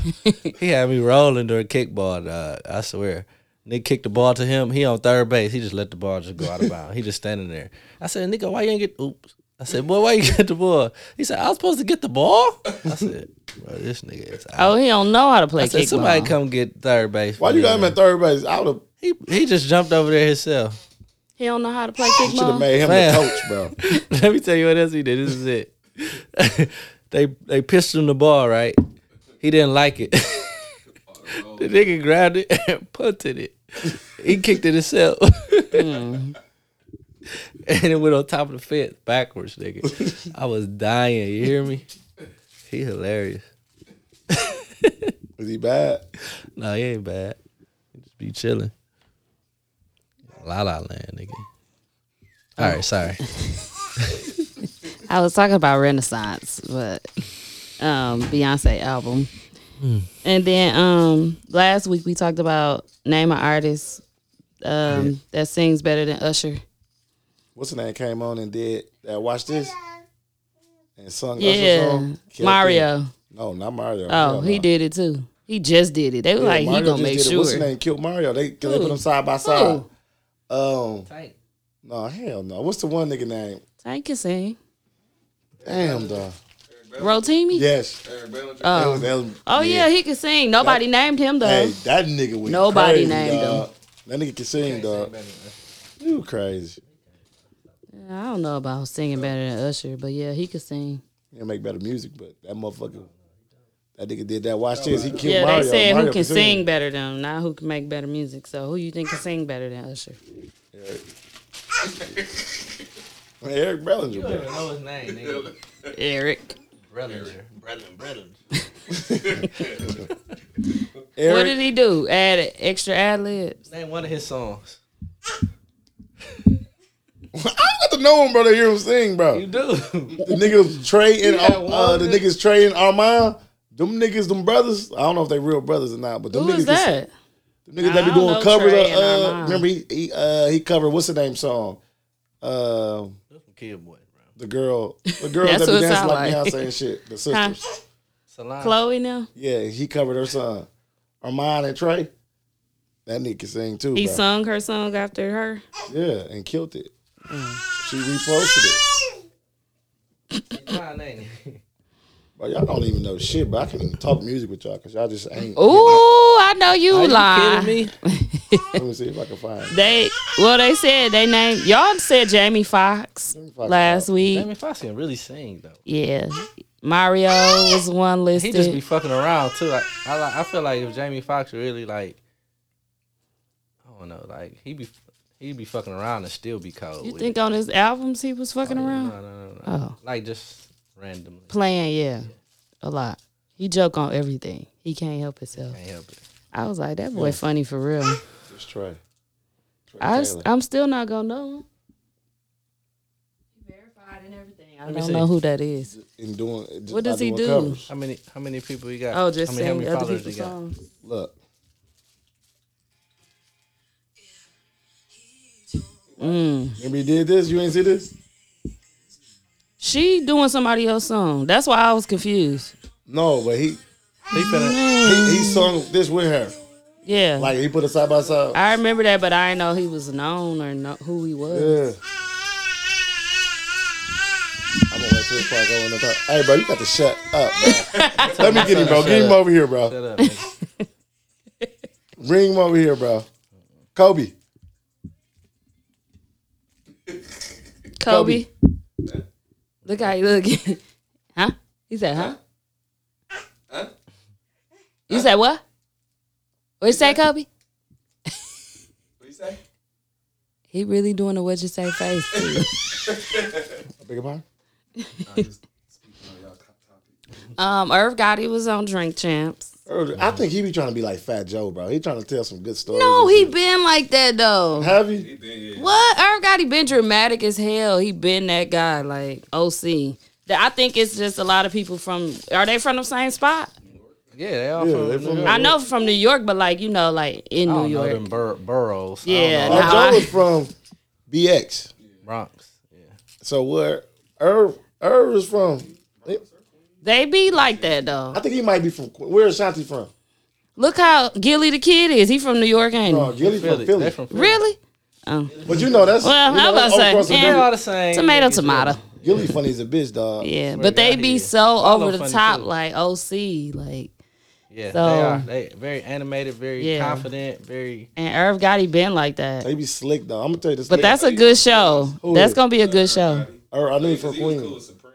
G: he had me rolling during kickball. Dog. I swear. Nigga kicked the ball to him. He on third base. He just let the ball just go out of bounds. He just standing there. I said, nigga, why you ain't get oops. I said, boy, why you get the ball? He said, I was supposed to get the ball? I said, bro, this nigga is out.
C: Oh, he don't know how to play
G: I said,
C: kickball.
G: somebody come get third base.
I: Why
G: for
I: you
G: me,
I: got him
G: man."
I: at third base? I would have.
G: He, he just jumped over there himself.
C: He don't know how to play
I: Should have
C: kickball.
I: made him
G: Man.
I: the coach, bro.
G: *laughs* Let me tell you what else he did. This is it. *laughs* they they pitched him the ball, right? He didn't like it. *laughs* the nigga grabbed it and *laughs* punted it. He kicked it himself. *laughs* and it went on top of the fence backwards, nigga. I was dying. You hear me? He hilarious.
I: Is he bad?
G: No, he ain't bad. He just be chilling. La la land, nigga. All right, sorry.
C: I was talking about Renaissance, but um, Beyonce album.
I: Hmm.
C: And then um, last week we talked about name an artist um, that sings better than Usher.
I: What's his name came on and did that? Watch this and sung Usher's
C: Yeah,
I: song. Killed
C: Mario.
I: it. No, not Mario.
C: Oh, he did it too. He just did it. They were like, he gonna make
I: What's his
C: sure.
I: name? Killed Mario. They they
C: Who?
I: put them side by side.
C: Who?
I: Um, no, hell no. What's the one nigga name?
C: Tank can sing.
I: Damn, dog.
C: Rotimi.
I: Yes. That was-
C: Oh.
I: that was-
C: Oh yeah, he can sing. Nobody named him though.
I: Hey, that nigga went
C: Nobody
I: crazy,
C: named
I: dog. That nigga can sing, dog. You crazy.
C: I don't know about singing better than Usher, but yeah, he could sing.
I: He didn't make better music, but that motherfucker, that nigga did that. Watch this. He killed
C: Yeah,
I: Mario.
C: they said
I: Mario
C: who can sing. better than him, not who can make better music. So who you think can sing better than Usher?
I: Eric Bellinger, bro.
G: know his name, nigga.
C: Eric. What
I: Eric,
C: did he do? Add an extra ad libs.
G: Name one of his songs.
I: I got to know him, bro. To hear him sing, bro.
G: You do.
I: The
C: *laughs*
I: niggas Trey and
G: had
I: uh,
G: one,
I: the
G: nigga.
I: niggas Trey and Armand. Them niggas, them brothers. I don't know if they real brothers or not, but them
C: Who
I: niggas,
C: is
I: just-
C: that?
I: them niggas
C: I
I: that be
C: don't
I: doing
C: know
I: covers.
C: Trey
I: Of,
C: and
I: uh,
C: Armand.
I: remember he he, uh, he covered what's the name song? Uh,
G: Kid boy, bro.
I: the girl, the girl
C: *laughs*
I: that
C: That's
I: be
C: what it
I: dancing
C: sound
I: like
C: like.
I: Beyonce and
C: *laughs*
I: shit. The sisters.
G: Salon.
C: Chloe now?
I: Yeah, he covered her son. Armand and Trey. That nigga can sing too,
C: He
I: bro.
C: sung her song after her.
I: Yeah, and killed it.
C: Mm.
I: She reposted it. Bro, y'all don't even know shit, but I can even talk music with y'all because y'all just ain't.
C: Ooh, I know you
G: *laughs* Are you
C: lie. *laughs*
G: kidding me?
I: Let me see if I can find it.
C: They well, they said they named y'all said Jamie Foxx
I: Foxx,
C: last week.
G: Jamie Foxx can really sing though.
C: Yeah, Mario was one
G: He
C: listed.
G: just be fucking around too. Like I, like, I feel like if Jamie Foxx really like, I don't know, like he be He'd be fucking around and still be cold.
C: You
G: with
C: think
G: it.
C: on his albums he was fucking around?
G: No, no, no, no.
C: Oh.
G: Like just randomly.
C: Playing, yeah. A lot. He joke on everything. He can't help himself.
G: Can't help it.
C: I was like, that boy funny for real.
I: Just try.
C: I,
I: Taylor.
C: am still not gonna know him. He verified and everything. I
G: me
C: don't
G: see.
C: know who that is.
I: And doing just
C: What
I: by
C: does he
I: doing
C: do?
I: Covers.
G: How many? How many people you got?
C: Oh, just
G: how many, how
C: sing
G: many
C: other
G: followers you
C: people's
G: got?
C: songs.
I: Look,
C: Mm.
I: remember he did this. You ain't see this?
C: She doing somebody else's song. That's why I was confused.
I: No, but he
G: He finna,
I: he, he sung this with her.
C: Yeah,
I: Like he put it side by side.
C: I remember that, but I didn't know he was known or know who he was.
I: Yeah. I'm gonna wait till this part going up. Hey, bro, you got to shut up,
G: *laughs*
I: bro. Let me get him, bro. Get him over here, bro.
G: shut up. nigga.
I: *laughs* Bring him over here, bro. Kobe.
C: Kobe, look *laughs* how he looking. huh? He said, huh? You said what? What you say, Kobe?
K: What you say?
C: He really doing the what you say face.
I: I beg your pardon?
C: Um, Irv Gotti was on Drink Champs.
I: Earlier, I think he be trying to be like Fat Joe, bro. He trying to tell some good stories.
C: No,
I: and
C: Oh, he
I: shit.
C: been like that though.
I: have you?
C: What? Irv Gotti been dramatic as hell. He been that guy, like OC. That I think it's just a lot of people from. Are they from the same spot?
G: Yeah, they all
I: Yeah,
G: from.
I: they
G: New
I: from-
G: York.
C: I know from New York, but like you know, like in
G: I
C: New
G: don't know
C: York.
G: them bur- uh, boroughs. I don't
C: Yeah,
G: know
I: Fat
C: Nah.
I: Joe was from BX.
G: Bronx. Yeah.
I: So where Irv Irv is from?
C: They be like that though.
I: I think he might be from. Qu- Where is Shanti from?
C: Look how Gilly the kid is. He from New York, ain't he?
I: No, Uh, Gilly from
G: Philly.
I: Philly.
G: They from Philly.
C: Really?
I: But you know that's.
C: Well,
I: you know,
C: I was
I: that's all
C: about to
I: across
C: say,
I: the
C: yeah.
G: They
I: country.
G: all the same.
C: Tomato,
G: niggas,
C: tomato.
G: yeah.
I: Gilly funny as a bitch, dog.
C: Yeah,
G: Swear
C: but
G: to
C: they
G: God,
C: be
G: yeah.
C: so
G: All
C: over
G: them
C: the
G: funny
C: top,
G: too.
C: like OC, like.
G: Yeah,
C: So-
G: they are. They very animated, very
C: Yeah.
G: confident, very.
C: And Irv Gotti been like that.
I: They be slick, dog. I'm gonna tell you this.
C: But
I: nigga-
C: that's a good show.
I: Who
C: That's
I: is?
C: gonna be a good show.
I: Irv, I knew he from
K: He was cool
I: Queens.
K: with Supreme.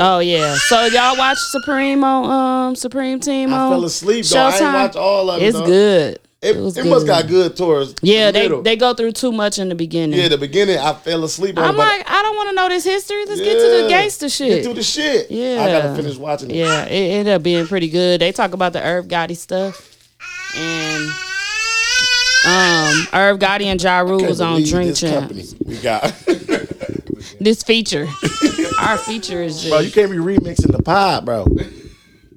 C: Oh yeah. So y'all watch Supreme on um Supreme Team
I: I
C: on
I: fell asleep, though. I ain't
C: Showtime?
I: watch all of it,
C: It's
I: though.
C: good.
I: It,
C: It was
I: it
C: good.
I: must got good towards.
C: Yeah,
I: the
C: they,
I: middle.
C: they go through too much in the beginning.
I: Yeah, the beginning I fell asleep on.
C: I'm
I: but I-
C: like, I don't want to know this history. Let's get to the
I: Yeah.
C: gangster
I: Get through
C: shit.
I: the shit.
C: Yeah.
I: I gotta finish watching it.
C: Yeah, it ended up being pretty good. They talk about the Irv Gotti stuff. And um Irv Gotti and Ja Rule
I: Can't
C: was on
I: believe
C: Drink
I: this company
C: Champs.
I: we got. *laughs*
C: This feature. Our feature is just
I: bro, you can't be remixing the pod, bro.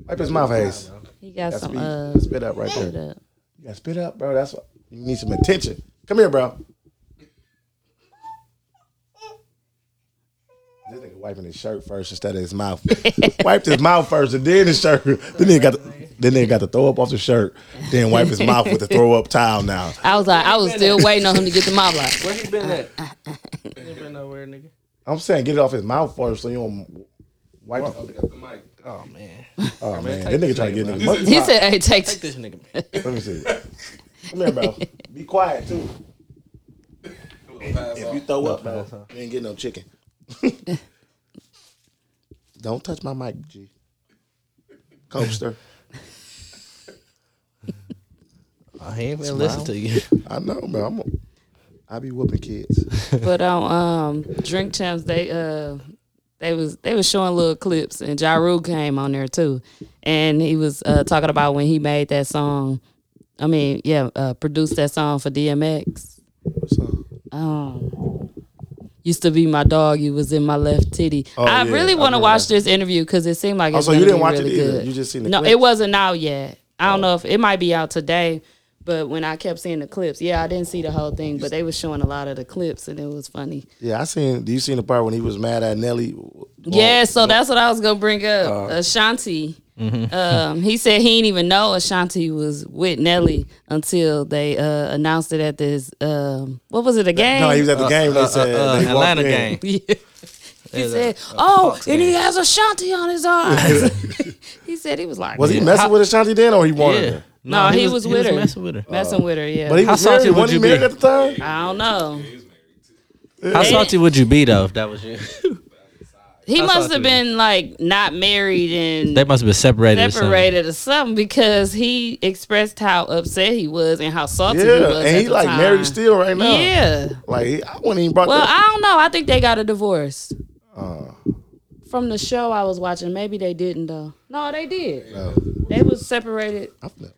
I: Wipe his mouth, Hayes.
C: he got
I: That's
C: some
I: me.
C: uh
I: spit up right there.
C: shit up.
I: You gotta spit up, bro. That's what you need some attention. Come here, bro. This nigga wiping his shirt first instead of his mouth. Wiped his mouth first and then his shirt. Then nigga got the, then nigga got to throw up off the shirt. Then wipe his mouth with the throw up towel. Now
C: I was like, I was still waiting on him to get the mob like
G: Where he been at? he ain't been nowhere, nigga.
I: I'm saying get it off his mouth first so you don't wipe. it.
K: The mic.
G: Oh man,
I: Oh man, that nigga trying to get nigga money.
C: He said, hey, take
G: take this nigga.
I: Let me see. Come here, bro. Be quiet too. If you throw up, bro, you ain't getting no chicken. *laughs* Don't touch my mic, G. Coaster.
G: Oh, he ain't been listening to you.
I: I know, bro. I'm. A, I be whooping kids.
C: But on um, Drink Champs, they uh, they was they was showing little clips, and Ja Rule came on there too, and he was uh, talking about when he made that song. I mean, yeah, uh, produced that song for DMX.
I: So,
C: Um, used to be my dog. You was in my left titty. I
I: Oh, yeah,
C: really
I: I
C: want to
I: remember
C: watch
I: that.
C: this interview because it seemed like
I: Oh,
C: it's
I: so you
C: gonna
I: didn't
C: be
I: watch it
C: really
I: either.
C: good.
I: You just seen the
C: no,
I: clips? Oh.
C: it wasn't out yet. I don't know if it might be out today, but when I kept seeing the clips, yeah, I didn't see the whole thing, but they was showing a lot of the clips and it was funny.
I: yeah, I seen. Do you seen the part when he was mad at Nelly?
C: Yeah, so that's what I was gonna bring up.
I: uh,
C: Ashanti.
I: mm-hmm.
C: Um, he said he didn't even know Ashanti was with Nelly until they uh, announced it at this. Um, what was it? A game?
I: No, he
C: *laughs*
I: was at the game. They
G: Uh,
I: said
G: uh,
I: they walked
G: Atlanta
I: in.
G: game.
C: Yeah. he
G: There's a-
C: said, "Oh,
G: Fox
C: and he
G: game.
C: has Ashanti on his
I: *laughs*
C: arm." *laughs* he said he was like,
I: Was he messing with Ashanti then, or he wanted
G: Yeah.
I: her?
C: No, he was with her.
G: messing with her.
C: messing with her?" Yeah,
I: But he
G: How
I: was
G: salty
I: married.
G: would
I: Wasn't he
G: you be?
I: married at the time?
C: I don't know.
G: How salty would you be though if that was you?
C: He
G: I saw
C: must
G: two.
C: have been like not married and
G: *laughs* They must have been separated. or something.
C: separated or something because he expressed how upset he was and how salty he
I: Yeah,
C: was.
I: and
C: at
I: he
C: the
I: like
C: time.
I: married still right now.
C: Yeah.
I: Like he- I wouldn't even brought
C: Well,
I: that.
C: I don't know. I think they got a divorce.
I: Oh.
C: From the show I was watching, maybe they didn't though. No, they did.
I: No.
C: They was separated.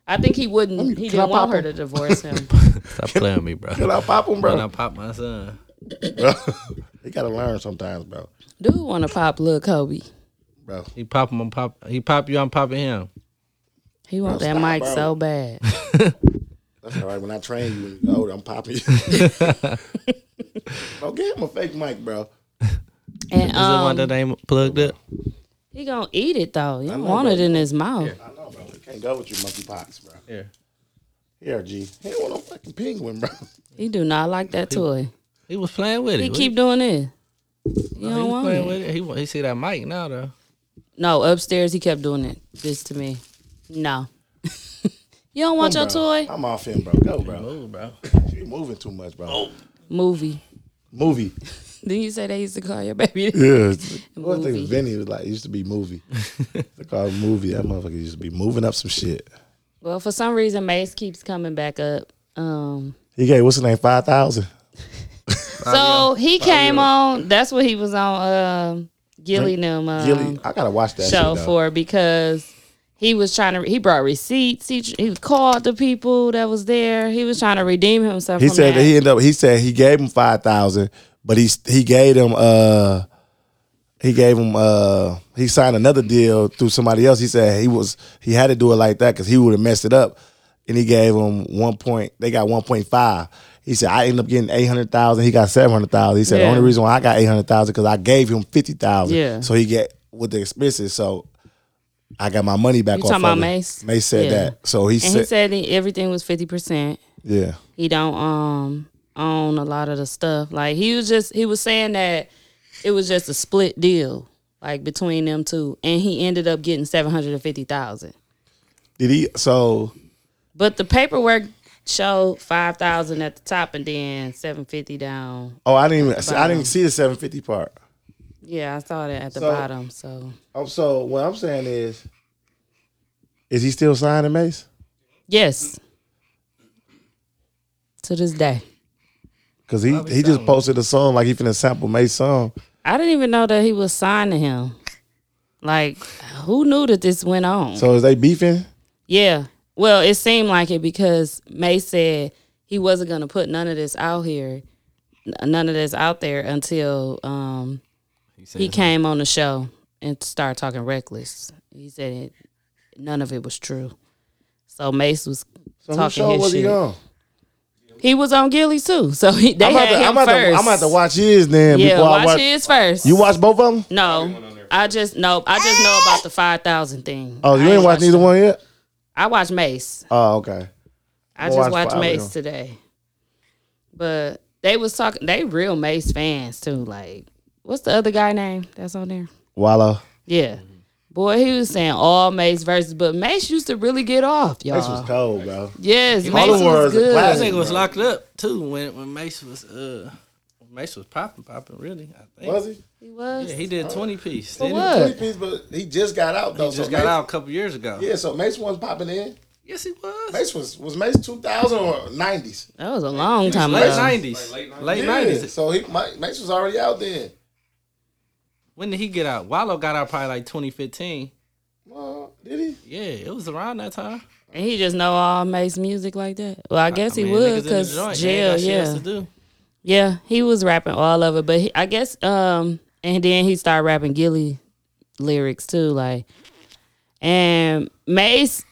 C: I think he wouldn't. He
I: can I
C: didn't want
I: pop
C: her to divorce him. *laughs*
G: Stop playing with me, bro.
I: Can I pop him,
G: When *laughs* I
I: bro?
G: pop my son.
I: He gotta learn sometimes, bro.
C: Dude want to pop little Kobe.
I: Bro,
G: He pop him. I'm pop. He pop you. I'm popping him.
C: He want that mic so
G: *laughs*
C: bad.
I: that's all right. When I train you, when you go older, I'm popping
G: *laughs*
I: you. bro, give him a fake mic, bro.
C: And
G: Is it
C: um,
G: one that ain't plugged up?
C: he gonna eat it though. You don't
I: know,
C: want it
I: bro.
C: in his mouth.
I: I know, bro. You can't go with your monkey pox, bro.
G: Yeah.
I: Here, G. He don't want no fucking penguin, bro.
C: He do not like that toy.
G: He was playing with it.
C: He
G: What-
C: keep doing it. You
G: he
C: don't
G: was
C: want
G: playing
C: it.
G: with it. He wa- he see that mic now though.
C: No, upstairs he kept doing it. This to me. No. *laughs* you don't want your toy?
I: I'm off him, bro. Go, bro.
G: Ooh, bro.
I: You moving too much, bro.
C: Movie.
I: Movie.
C: Didn't you say they used to call your *laughs* baby?
I: Yeah. One thing
C: Movie.
I: Vinny was like, it used to be movie. they call it movie. That motherfucker used to be moving up some shit.
C: Well, for some reason, Mace keeps coming back up. Um,
I: He gave what's his name five thousand.
C: so he came on. That's what he was on. Um, Gilly them um,
I: Gilly, I gotta watch that
C: show
I: shit, though.
C: for because he was trying to. He brought receipts. He he called the people that was there. He was trying to redeem himself.
I: He
C: from
I: said
C: that.
I: that he ended up. He said he gave him five thousand, but he he gave him uh he gave him uh he signed another deal through somebody else. He said he was he had to do it like that because he would have messed it up, and he gave him one point. They got one point five. He said I ended up getting eight hundred thousand. He got seven hundred thousand. He said
C: Yeah.
I: the only reason why I got eight hundred thousand because I gave him fifty thousand.
C: Yeah.
I: So he get with the expenses. So. I got my money back.
C: You
I: off
C: talking about
I: of it.
C: Mace?
I: Mace said
C: Yeah.
I: that. So he
C: and
I: said,
C: he said he, everything was fifty percent.
I: "Yeah,
C: he don't um own a lot of the stuff. Like he was just he was saying that it was just a split deal like between them two, and he ended up getting seven hundred and fifty thousand.
I: did he?" So
C: But the paperwork showed five thousand at the top, and then seven fifty down.
I: Oh, I didn't even. see I didn't see the seven fifty part.
C: Yeah, I saw that at the
I: So-
C: bottom. So
I: Oh, so what I'm saying is, is he still signing Mace?
C: yes, to this day,
I: Because he he just posted a song like he finna sample Mace song.
C: I didn't even know that he was signed to him. Like, who knew that this went on?
I: So is they beefing?
C: Yeah. Well, it seemed like it because May said he wasn't going to put none of this out here, n- none of this out there until um, he came on the show and started talking reckless. He said it, none of it was true. So Mace was
I: So who
C: talking
I: show
C: his
I: was
C: shit.
I: he
C: He,
I: on?
C: was on Gilly too, *laughs* so he, they
I: I'm
C: had
I: about, to,
C: him
I: I'm, about to,
C: first.
I: I'm about to watch his then.
C: Yeah,
I: before
C: watch,
I: I watch
C: his first.
I: You watch both of them?
C: No, I just nope. I just know about the five thousand thing. I
I: Oh, you ain't
C: watched
I: watched neither one yet.
C: I watched Mace.
I: Oh, okay.
C: I
I: Well,
C: just
I: I-
C: watched
I: I
C: Mace
I: will.
C: today. But they was talking they real Mace fans too. Like, what's the other guy name that's on there?
I: Wallow.
C: Yeah.
I: Mm-hmm.
C: Boy, he was saying all Mace verses, but Mace used to really get off, y'all.
I: Mace was cold, bro.
C: yes, Mace
I: All the
C: was
I: words are
G: That
C: good.
I: classic.
G: nigga was locked up too when when Mace was uh when Mace was popping popping really. I think.
I: Was he?
C: He was.
G: Yeah, he did twenty piece.
C: For
G: didn't he?
C: what?
I: Piece, but he just got out though.
G: He just
I: so
G: got
I: Mace-
G: out a couple years ago.
I: Yeah, so Mace was popping in.
G: Yes, he was.
I: Mace was was Mace 2000 or 90s.
C: That was a long time
G: late
C: ago.
G: nineties. Late
I: Yeah,
G: nineties.
I: So he Ma- Mace was already out then.
G: When did he get out? Wallow got out probably like twenty fifteen.
I: Well, did he?
G: Yeah, it was around that time.
C: And he just know all Mace music like that. Well, I guess he
G: mean, niggas in
C: would
G: the
C: because
G: joint, they ain't
C: jail,
G: got shit else
C: yeah.
G: to do.
C: Yeah, he was rapping all of it, but he, I guess um and then he started rapping Gilly lyrics too like and Mace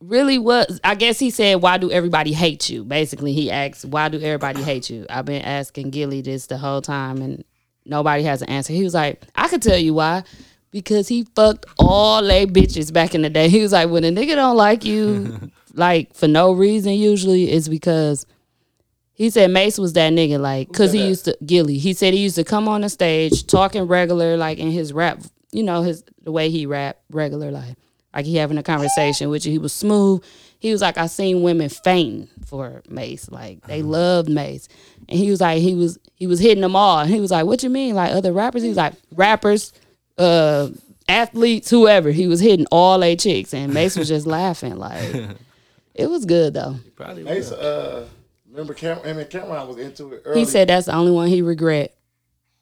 C: really was I guess he said why do everybody hate you? Basically he asked why do everybody hate you? I've been asking Gilly this the whole time and nobody has an answer. He was like, I could tell you why. Because he fucked all they bitches back in the day. He was like, when a nigga don't like you, like for no reason, usually it's because he said Mace was that nigga, like, cause he used to Gilly. He said he used to come on the stage talking regular, like in his rap, you know, his the way he rap regular, like, like he having a conversation with you. He was smooth. He was like, I seen women fainting for Mace, like they loved Mace, and he was like, he was he was hitting them all, and he was like, what you mean, like other rappers? He was like, rappers, uh, athletes, whoever. He was hitting all they chicks, and Mace was just laughing. Like it was good though.
G: Probably
I: Mace, uh, remember Cam- I mean, Cameron was into it early.
C: He said that's the only one he regret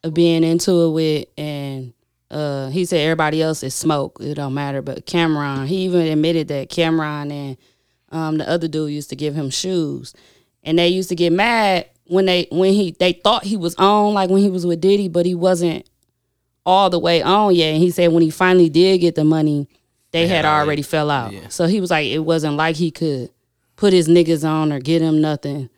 C: of being into it with, and uh, he said everybody else is smoke. It don't matter, but Cameron. He even admitted that Cameron and um, the other dude used to give him shoes, and they used to get mad when they when he they thought he was on like when he was with Diddy, but he wasn't all the way on yet. And he said when he finally did get the money, they, had, already fell out. So he was like, it wasn't like he could put his niggas on or get him nothing,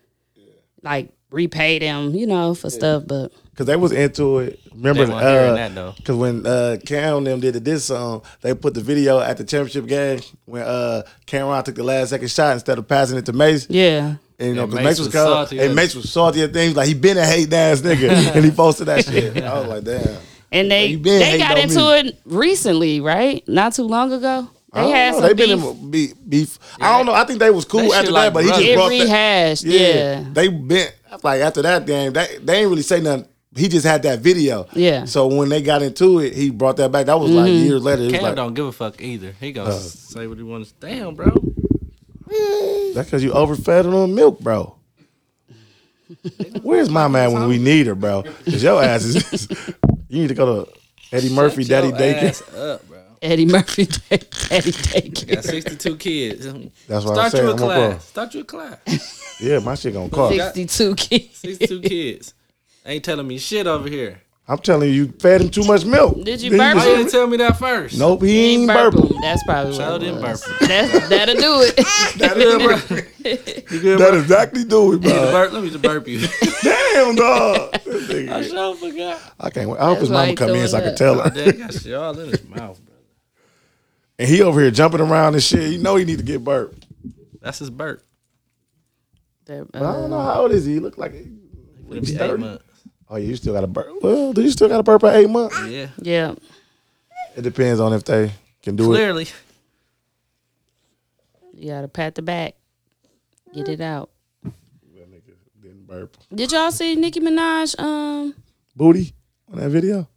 C: like repay them, you know, for stuff. But
I: Cause they was into it. Remember,
G: They weren't hearing
I: uh,
G: that, though.
I: cause when uh, Cam and them did the diss song, they put the video at the championship game when uh, Cameron took the last second shot instead of passing it to Mace.
C: yeah,
I: And you know,
G: And
I: 'cause Mace,
G: Mace
I: was,
G: was
I: cold,
G: salty
I: and
G: as-
I: Mace was salty at things like he been a hate ass
G: *laughs*
I: nigga, and he posted that shit. I was like, damn.
C: and they
I: You been
C: they
I: hating
C: got
I: on
C: into
I: me.
C: it recently, right? Not too long ago.
I: I
C: They
I: don't
C: had
I: know.
C: some
I: they
C: beef.
I: been in beef. beef. I don't know. I think they was cool
G: That shit
I: after
G: like
I: that, but he just
G: brothers.
I: brought
C: it
I: that.
C: rehashed,
I: Yeah.
C: yeah.
I: They bent like after that game, they they ain't really say nothing. He just had that video.
C: Yeah. Mm-hmm.
I: So when they got into it, he brought that back. That was like years later. It was
G: Cam
I: like,
G: don't give a fuck either. He gonna
I: Uh.
G: say what he wants. Damn, bro.
I: that's because you overfed it on milk, bro. Where's my man when we need her, bro? Because your ass is. *laughs* you need to go to Eddie Murphy,
G: Shut
I: Daddy
G: your
I: Daycare.
G: ass up, bro.
C: Eddie Murphy, *laughs* Daddy Daycare.
G: Got sixty-two kids.
I: That's what I'm
G: Start
I: saying.
G: you a
I: I'm gonna
G: class.
I: pause.
G: Start you
C: *laughs*
G: a class.
I: Yeah, my shit gonna cost.
C: 62 kids. *laughs*
G: Sixty-two kids. Ain't telling me shit over here.
I: I'm telling you, you fed him too much milk.
C: Did you
I: Then
C: burp
G: Why
I: just-
G: you didn't tell me that first?
I: Nope, he
C: He
I: ain't
C: burped
I: *laughs* burping.
C: him. That's probably what it
G: Child didn't
C: was.
G: burp.
C: That's, that'll do
I: *laughs*
C: it. *laughs*
G: You good,
I: That
G: bro?
I: exactly do it,
G: Need to
I: bro.
G: burp? Let me just
I: *laughs*
G: burp you.
I: Damn, dog. This
C: *laughs*
I: nigga-
G: I sure forgot.
I: I can't wait. I hope his
C: That's why
I: mama
C: he
I: come in
C: threw
I: so I
C: it
I: can
C: up.
I: tell her.
G: Dad got shit all in his mouth, bro.
I: And he over here jumping around and shit. You know he need to get burped.
G: That's his burp.
I: But
C: uh,
I: I don't know how old is he. He look like. he-
G: It'll be eight
I: 30.
G: months.
I: Oh, yeah, you still got to burp. Well, do you still got to burp at eight months?
G: Yeah,
C: yeah.
I: It depends on if they can do it.
G: clearly.
C: You gotta pat the back. Get it out.
I: Didn't burp.
C: Did y'all see Nicki Minaj? Um
I: Booty on that video.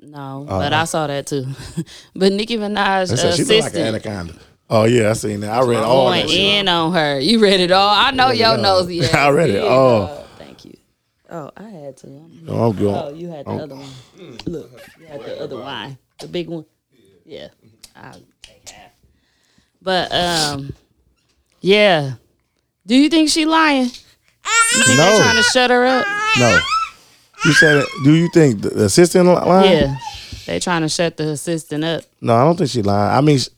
C: no, but I saw that too. *laughs* but Nicki Minaj
I: Oh, They said she look like an
C: assistant
I: anaconda. Oh yeah, I seen that. I read all
C: going
I: that. shit.
C: in on her. You read it all. I know y'all
I: all.
C: knows the
I: *laughs* I read it all.
C: Thank you. Oh, I had to.
I: No, I'm good.
C: Oh, you had the other one. Look, you had the other one. The big one. Yeah. I'll take half. But um yeah. Do you think she lying? They trying
I: No,
C: to shut her up?
I: no. You said, it- do you think the assistant line?
C: Yeah. They trying to shut the assistant up.
I: No, I don't think she lying. I mean, sh-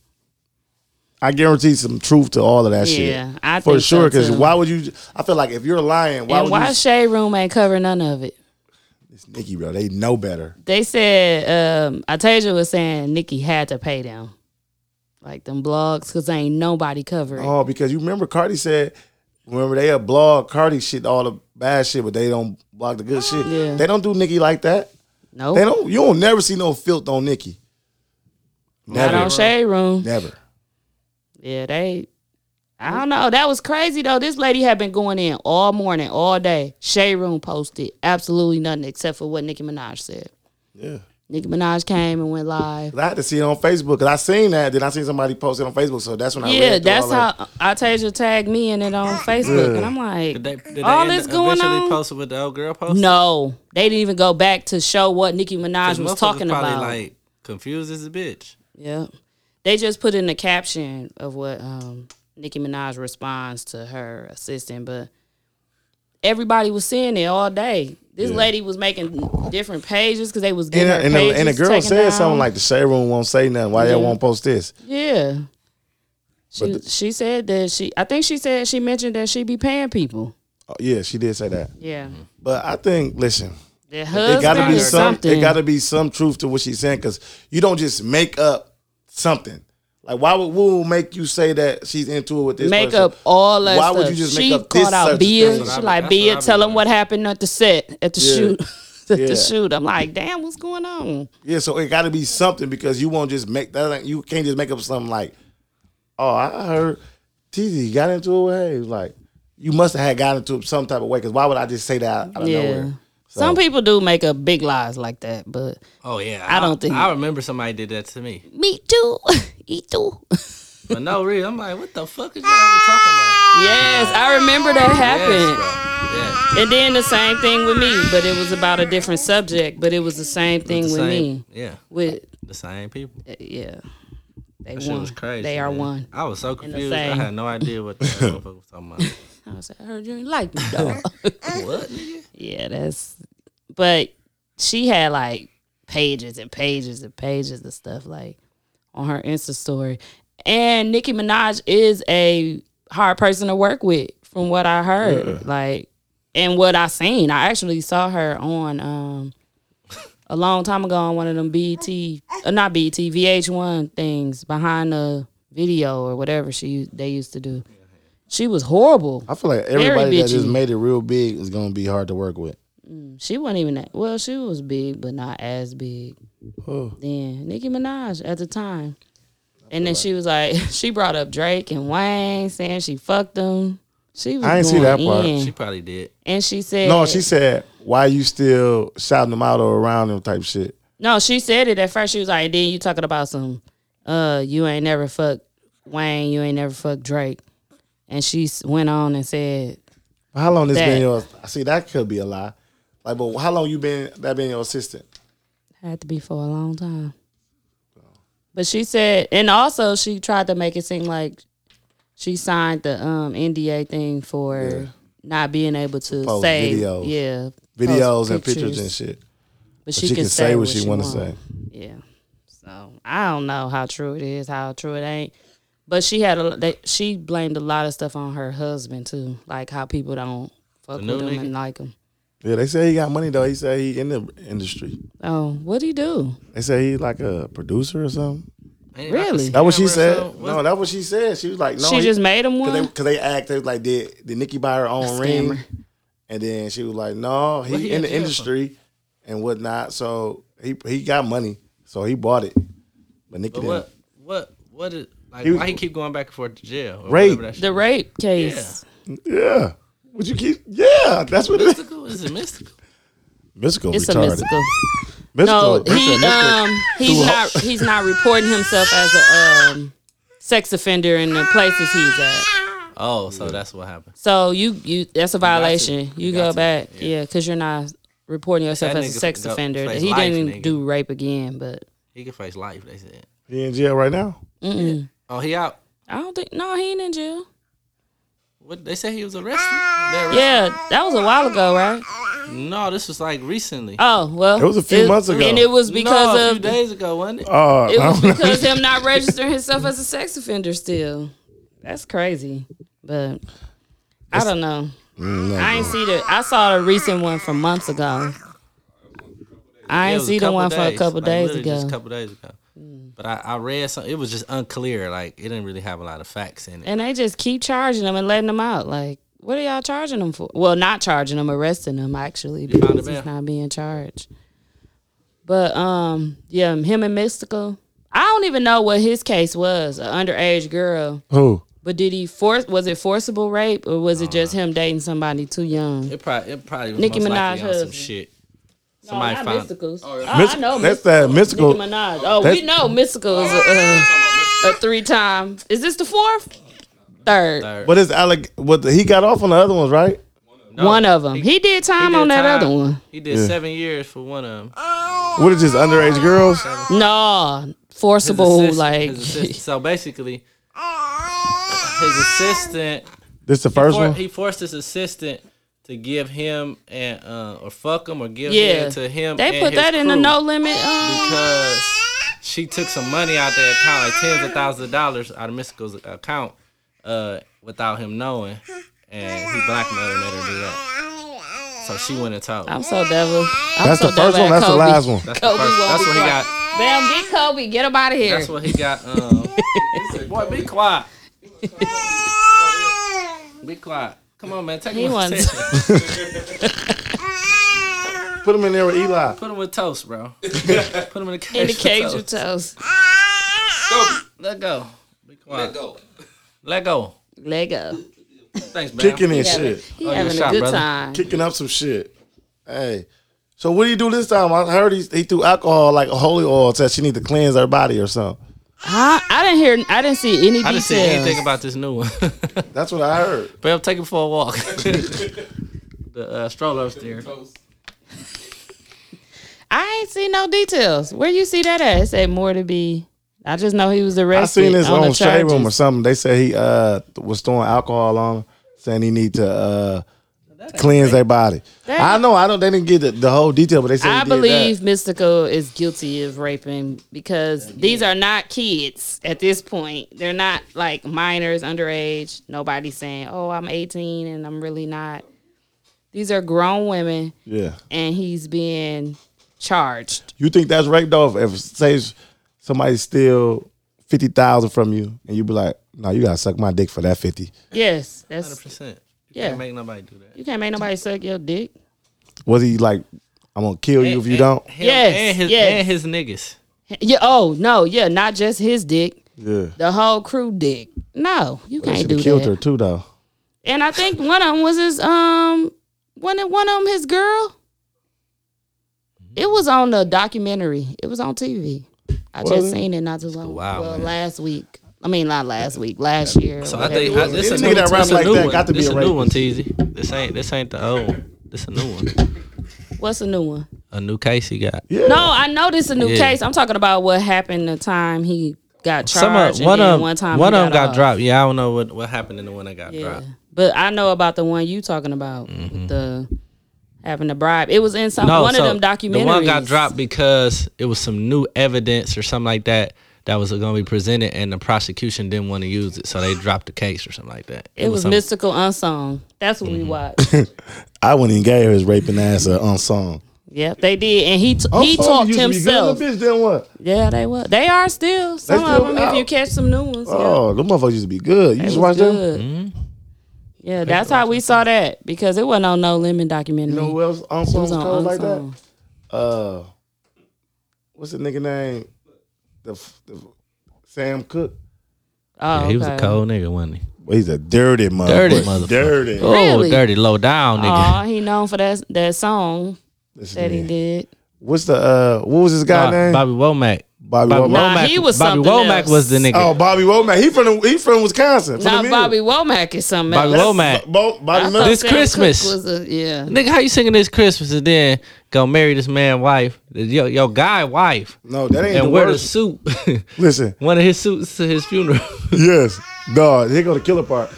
I: I guarantee some truth to all of that shit.
C: Yeah, I
I: for
C: think so,
I: sure. Because
C: too.
I: why would you? I feel like if you're lying, why
C: and
I: would
C: why
I: you?
C: Shade Room ain't cover none of it?
I: It's Nikki, bro, they know better.
C: They said um Atasia was saying Nikki had to pay them. Like them blogs, cause ain't nobody covering.
I: Oh, because you remember Cardi said, remember they a blog Cardi shit, all the bad shit, but they don't block the good shit.
C: Yeah.
I: They don't do Nikki like that.
C: no,
I: They don't. You don't never see no filth on Nikki.
C: not on
I: Never,
C: Shade Room.
I: never.
C: Yeah, they. I don't know. That was crazy though. This lady had been going in all morning, all day. Shade Room posted absolutely nothing except for what Nicki Minaj said.
I: Yeah.
C: Nicki Minaj came and went live.
I: 'Cause I had to see it on Facebook. Cause I seen that. Then I seen somebody post it on Facebook. So that's when I read
C: Yeah,
I: through
C: that's
I: all that.
C: how Atasia tagged me in it on Facebook, and I'm
G: Did they,
C: like,
G: did they
C: all
G: end
C: this
G: up
C: going
G: eventually
C: on.
G: posted with the old girl posted?
C: no, they didn't even go back to show what Nicki
G: Cause
C: Minaj was
G: motherfuckers
C: talking
G: probably
C: about.
G: like confused as a bitch.
C: yeah, they just put in the caption of what um, Nicki Minaj responds to her assistant, but everybody was seeing it all day. This lady was making different pages because they was
I: And,
C: getting her
I: and, the,
C: pages
I: and the girl
C: taken
I: said
C: down.
I: something like the shade room won't say nothing. Why y'all won't post this?
C: yeah. She,
I: But
C: she said that she I think she said she mentioned that she be paying people.
I: Oh, yeah, she did say that.
C: Yeah.
I: But I think listen,
C: Their
I: it got to
C: husband
I: be
C: or
I: some.
C: something.
I: It got to be some truth to what she's saying because you don't just make up something. Like why would Woo make you say that she's into it with this
C: make
I: person?
C: up all that
I: Why
C: stuff.
I: would you just
C: she
I: make up
C: called
I: this
C: out
I: such
C: Bia. She
I: thing?
G: That's
C: like
G: what I be
C: Bia, tell him
G: wondering.
C: what happened at the set, at the
I: Yeah.
C: shoot, *laughs* at
I: Yeah.
C: the shoot. I'm like, damn, what's going on?
I: Yeah, so it got to be something because you won't just make that. ain't- You can't just make up something like, "Oh, I heard TZ got into it." Hey, like you must have had gotten into it some type of way because why would I just say that out of
C: Yeah.
I: nowhere?
C: Some people do make up big lies like that, but
G: Oh yeah,
C: I don't think-
G: I remember somebody did that to me.
C: me
G: *laughs*
C: too, me too.
G: But no, real, I'm like, what the fuck is y'all even talking
C: *laughs*
G: about?
C: Yes, I remember that happened.
G: Yes,
C: And then the same thing with me, but it was about a different subject, but it was the same thing with,
G: bro. Same-
C: me.
G: Yeah,
C: With uh,
G: the same people. That
C: yeah. They
G: shit
C: won.
G: was crazy.
C: They are
G: man.
C: one.
G: I was so
C: the
G: confused. I
C: same.
G: had no
I: *laughs*
G: idea what the motherfucker was talking about.
C: I was like, I heard you ain't like me, dog.
G: *laughs*
C: *laughs*
G: What? nigga?
C: yeah, that's but she had like pages and pages and pages of stuff like on her Insta story. And Nicki Minaj is a hard person to work with, from what I heard. Like and what I seen. I actually saw her on um a long time ago on one of them BET, uh, not BET, VH1 things behind the video or whatever she they used to do. She was horrible.
I: I feel like
C: Very
I: everybody that just
C: bitchy.
I: made it real big is gonna be hard to work with.
C: She wasn't even that. Well, she was big, but not as big. Then Nicki Minaj at the time, and then she was like, *laughs* she brought up Drake and Wayne, saying she fucked them. She was.
I: I ain't see
C: going
I: that part.
C: in.
G: She probably did.
C: and she said,
I: No, she said, "Why you still shouting them out or around them type shit?"
C: No, she said it at first. She was like, then you talking about some, uh, you ain't never fucked Wayne, you ain't never fucked Drake, and she s- went on and said,
I: How long this
C: That.
I: been your? See, that could be a lie. Like, but how long you been that been your assistant?
C: Had to be for a long time. But she said, and also she tried to make it seem like she signed the um, NDA thing for not being able to
I: Post
C: say,
I: videos.
C: yeah, post
I: Videos and pictures and shit.
C: But
I: she can say what she
C: want
I: wanna say.
C: Yeah. So I don't know how true it is, how true it ain't. But she had a they, she blamed a lot of stuff on her husband too, like how people don't fuck
G: new
C: with him
G: nigga?
C: and like him.
I: Yeah, they say he got money though. He said he in the industry.
C: Oh, what he do?
I: They say he like a producer or something.
G: Ain't- I
C: Really?
G: can
I: That what she
G: remember
I: said.
G: some- what-
I: No, that what she said. She was like, no.
C: she
I: he-
C: just made him
I: Cause
C: one.
I: they, cause they act, they was like, did did Nikki buy her own ring?
C: Scammer.
I: And then she was like, no, he,
G: What he
I: in
G: in
I: the
G: jail for?
I: industry and whatnot. So he he got money, so he bought it. But Nikki
G: But
I: didn't.
G: what? What? What is? Like,
I: He was-
G: why he keep going back and forth to jail? or
I: Rape.
G: whatever that shit
C: the
G: is?
C: rape case.
I: Yeah, would you keep? Yeah, that's what it is.
G: Mystical? Is it mystical?
I: Mystical
C: It's a
I: retarded.
C: mystical. No,
I: Mystical. Oh, That's a
C: he
I: mystical.
C: um he's not he's not reporting himself as a um sex offender in the places he's at.
G: Oh, so that's what happened.
C: So you you that's a violation. You,
G: got
C: go
G: to.
C: back, yeah, because you're not reporting yourself
G: That
C: as a
G: nigga
C: sex
G: go-
C: offender.
G: face
C: He
G: life,
C: didn't
G: nigga.
C: do rape again, but
G: He could face life. They said.
I: He
C: uh,
I: in jail right now.
G: Oh, he out.
C: I don't think no, he ain't in jail.
G: What they said he was arrested?
C: Ah!
G: They arrested-
C: Yeah, that was a while ago, right?
G: No, this was like recently.
C: Oh well,
I: It was a few months ago.
C: and it was
G: no, a
C: because
G: few
C: of
G: days ago, wasn't it?
I: Oh,
C: it
I: I
C: was
I: don't know.
C: because him not registering himself as a sex offender. Still, that's crazy, but. I don't know. I ain't see the. I saw the recent one from months ago. I
G: Yeah, it
C: ain't
G: was
C: see the
G: couple
C: one from a
G: days,
C: couple
G: like,
C: days
G: literally
C: ago. Mm.
G: Just a couple days ago. But I, I read some. It was just unclear. Like it didn't really have a lot of facts in it.
C: And they just keep charging them and letting them out. Like, what are y'all charging them for? Well, not charging them, arresting them actually
G: found
C: because
G: the
C: he's
G: bail.
C: not being charged. But um, yeah, him and Mystical. I don't even know what his case was—an underage girl.
I: Who?
C: But did he force? Was it forcible rape, or was
G: Uh-huh.
C: it just him dating somebody too young?
G: It probably it probably was
C: Nicki
G: most likely
C: Minaj
G: on some
C: husband.
G: shit. Somebody
C: not
G: found.
C: Mysticals. Oh,
I: Myst-
C: I know
I: that's
C: Mystical.
I: that mystical.
C: Nicki Minaj. Oh,
I: That's-
C: we know Mystical is uh, a, a, a three-time. Is this the fourth? Third.
G: Third.
I: But it's alleg- what the, he got off on the other ones, right?
G: No,
C: one of them. He, did time
G: did
C: on that
G: time.
C: other one.
G: He did seven years for one of them.
I: What is just underage girls?
C: No, forcible. like *laughs*
G: so basically, his assistant
I: This the first
G: for-
I: one.
G: He forced his assistant to give him and uh, or fuck him or give
C: yeah,
G: him to him.
C: They
G: and
C: put
G: his
C: that in the
G: crew
C: no limit. Um,
G: because she took some money out their account, like tens of thousands of dollars out of Mystical's account, uh, without him knowing, and he blackmailed her and made her do that. So she went and told.
C: I'm so devil. I'm
I: That's
C: so
I: the first
C: devil
I: one.
C: at
I: That's the
C: Kobe.
I: last one.
G: That's, the
C: Oh, Kobe
G: first-
C: won't
G: that's
C: be
G: what he
C: quiet.
G: got.
C: Bam, get Kobe. Get him out of here.
G: That's what he got.
C: *laughs*
G: Um, boy, be quiet. be quiet. Come on, man. Take
C: He
G: him with
C: wants-
G: toast.
I: Put him in there with Eli.
G: Put him with toast,
C: *laughs*
G: bro. Put him in the cage.
C: in the
G: with
C: cage
G: toast.
C: with toast.
G: Let go. Be quiet. Let go. Let go.
C: Lego.
G: Thanks, man.
I: Kicking and shit.
C: He
G: Oh, you
C: having a
G: shot,
C: good
G: brother.
C: time.
I: Kicking up some shit. Hey, So what do you do this time? I heard he, he threw alcohol like a holy oil. Said she need to cleanse her body or something.
C: I, I didn't hear. I didn't see any
G: I
C: details.
G: didn't see anything about this new one. *laughs*
I: That's what I heard.
G: But I'm taking for a walk. *laughs* the uh, stroller upstairs.
C: I ain't seen no details. Where you see that at? It said more to be. I just know he was
I: I
C: arrested.
I: seen this
C: on,
I: on
C: the
I: shade
C: charges.
I: room or something. They said he uh was throwing alcohol on her, saying he need to uh cleanse their body.
C: That-
I: I know. I don't. They didn't get the, the whole detail, but they said he
C: I
I: did that.
C: believe Mystical is guilty of raping because these are not kids at this point. They're not like minors, underage. Nobody's saying, "Oh, I'm 18 and I'm really not." These are grown women,
I: Yeah.
C: and he's being charged.
I: You think that's rape though? If, if say somebody steal fifty thousand from you, and you be like, "No, you gotta suck my dick for that 50
C: Yes, that's
G: 100%. You
C: Yeah.
G: can't make nobody do that.
C: You can't make nobody suck your dick.
I: Was he like, "I'm gonna kill you if you
G: And-
I: don't"?
G: Him
C: Yes,
G: And his,
C: yes.
G: and his niggas.
C: Yeah. Oh no. Yeah. Not just his dick.
I: Yeah.
C: The whole crew dick. No, you
I: They
C: can't
I: should have
C: do
I: killed
C: that.
I: her too, though.
C: And I think one of them was his um one of- one of them his girl. It was on the documentary. It was on TV. I
I: Was
C: just
I: it?
C: seen it not too long.
G: wild,
C: well,
G: man.
C: last week. I mean, not last week. Last year.
G: So I
C: whatever
G: think
C: it
G: I,
C: was.
G: this
I: Any
G: is
I: nigga
G: new,
I: that rap
G: this a
I: like
G: new
I: that
G: one.
I: got to be
G: this
I: a
G: a new
I: rapist.
G: one, TZ. This ain't this ain't the old. This a new one.
C: what's a new one?
G: A new case he got.
I: Yeah.
C: No, I know this is a new
G: Yeah.
C: case. I'm talking about what happened the time he got charged.
G: Some of
C: and
G: one
C: then
G: of
C: one time
G: one
C: he
G: of them got
C: off.
G: dropped. Yeah, I don't know what what happened in the one that got
C: Yeah.
G: dropped.
C: But I know about the one you talking about with the having to bribe. It was in some one
G: Mm-hmm. so
C: of them documentaries.
G: The one got dropped because it was some new evidence or something like that that was going to be presented, and the prosecution didn't want to use it, so they dropped the case or something like that.
C: It was
G: some- Mm-hmm.
C: mystical unsung. That's what we
G: *laughs*
C: watched.
I: I wouldn't even gave his raping ass a unsung.
C: yep, they did, and he t- he talked himself.
I: Bitch, then what?
C: Yeah, they were. They are still some
I: still
C: of them. If
I: out.
C: you catch some new ones, yeah.
I: Oh, the motherfuckers used to be good. You
C: They
I: used to
C: was
I: watch them.
C: good.
G: Mm-hmm.
C: Yeah, that's how we saw that because it wasn't on No Lemon documentary.
I: You know who else
C: It
I: unsung
C: was
I: was
C: on
I: cold like
C: Unsung.
I: that? Uh, what's the nigga name? The, f- the f- Sam Cook.
C: Oh,
G: Yeah, he was a
C: okay.
G: cold nigga, wasn't he?
I: Well, he's a dirty motherfucker.
G: Dirty motherfucker.
I: Dirty.
C: Really? Oh.
G: Oh, dirty low down nigga.
C: Aw, he known for that that song
I: This
C: that he
I: nigga.
C: did.
I: What's the uh? What was this guy
G: Bob-
I: name?
G: Bobby Womack.
I: Bobby
G: Bobby
I: Womack.
C: Nah, he was
G: Bobby
C: something
G: Womack
C: else.
G: was the nigga.
I: Oh, Bobby Womack. He from the, he from Wisconsin. From
C: Now
I: the
C: Bobby Womack is something
G: Bobby
C: else.
G: Womack.
I: Bo- Bobby
C: I
I: Miller.
C: thought
G: This
C: Sam Cooke
G: Christmas.
C: was a- yeah.
G: Nigga, how you singing this Christmas and then go marry this man wife, yo yo guy wife,
I: No, that ain't the
G: and wear the
I: worst.
G: suit, *laughs*
I: Listen,
G: one of his suits to his funeral.
I: yes, dog. Here go the killer part.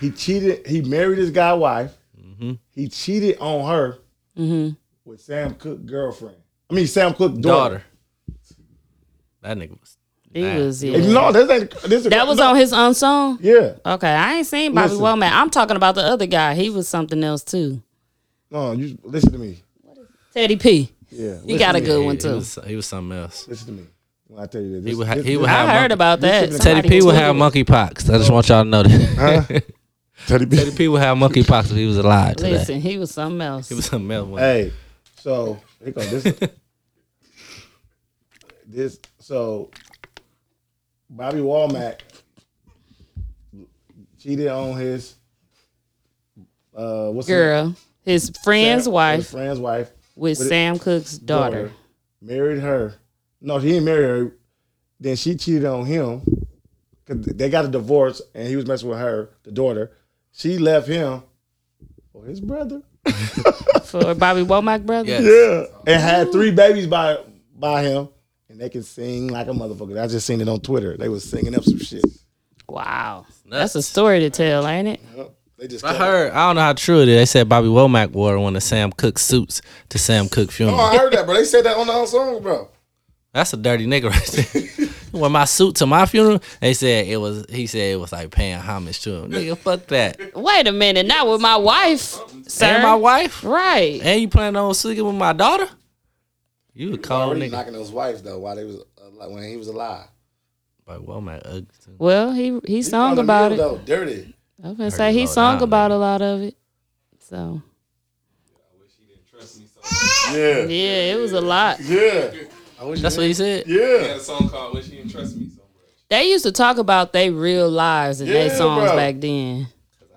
I: He cheated. He married his guy wife. He cheated on her
C: Mm-hmm.
I: with Sam Cook girlfriend. I mean Sam Cook daughter.
G: Daughter. That nigga was.
C: He
G: Nah.
C: was yeah.
I: Hey, No, this ain't. This
C: Mm-hmm. that was
I: no,
C: on his unsung.
I: Yeah.
C: Okay, I ain't seen Bobby
I: Listen.
C: Womack. I'm talking about the other guy. He was something else too.
I: No, you listen to me.
C: Teddy P.
I: Yeah.
C: He
I: listen
C: got a
I: to me.
C: good one
G: He
C: too.
G: was, he was something else.
I: Listen to me. When I tell you this,
G: He
I: this-
G: would ha-
I: this-
G: he would
I: this-
G: have-
C: I heard
G: monkey-
C: about that.
G: Teddy P would have monkeypox. I just want y'all to know that.
I: *laughs* Teddy B.
G: *laughs* Teddy P would have monkeypox if he was alive today.
C: Listen, he was something else.
G: He was something else. wasn't
I: Hey, so here go this.
C: *laughs*
I: this so Bobby Walmack cheated on his uh what's her name?
C: Girl, his friend's
I: Sarah- his
C: wife
I: friend's wife
C: with
I: with
C: Sam Cook's daughter.
I: married her. No, he didn't marry her. Then she cheated on him because they got a divorce and he was messing with her, the daughter. She left him for his brother.
C: for Bobby Womack brother.
G: he? Yes.
I: Yeah, and had three babies by by him, and they can sing like a motherfucker. I just seen it on Twitter. They was singing up some shit.
C: Wow,
G: Nuts.
C: that's a story to tell, ain't it?
I: They just
G: I
I: kept-
G: heard. I don't know how true it is. They said Bobby Womack wore one of Sam Cook's suits to Sam Cook funeral.
I: Oh, I heard that, bro. They said that on the whole song, bro.
G: That's a dirty nigga right
I: *laughs*
G: there. Wore my suit to my funeral. They said it was. He said it was like paying homage to him. Nigga, fuck that.
C: Wait a minute, not with my wife, sir.
G: And my wife.
C: right?
G: And you planning on sleeping with my daughter? You a cold
I: Already
G: Oh, nigga.
I: knocking those wives though while they was uh, when he was alive.
G: Bobby Womack ugly. too.
C: Well, he he sung
I: From the
C: about it.
I: middle, Though, dirty.
C: I was gonna say he
G: low
C: sung
G: down,
C: about a lot of it. So
I: Yeah,
C: yeah, it was a lot.
I: yeah,
G: That's what he said.
I: yeah.
K: had a song called When She Didn't Trust Me So Much.
C: They used to talk about they real lives and they
I: Yeah,
C: songs
I: bro.
C: back then.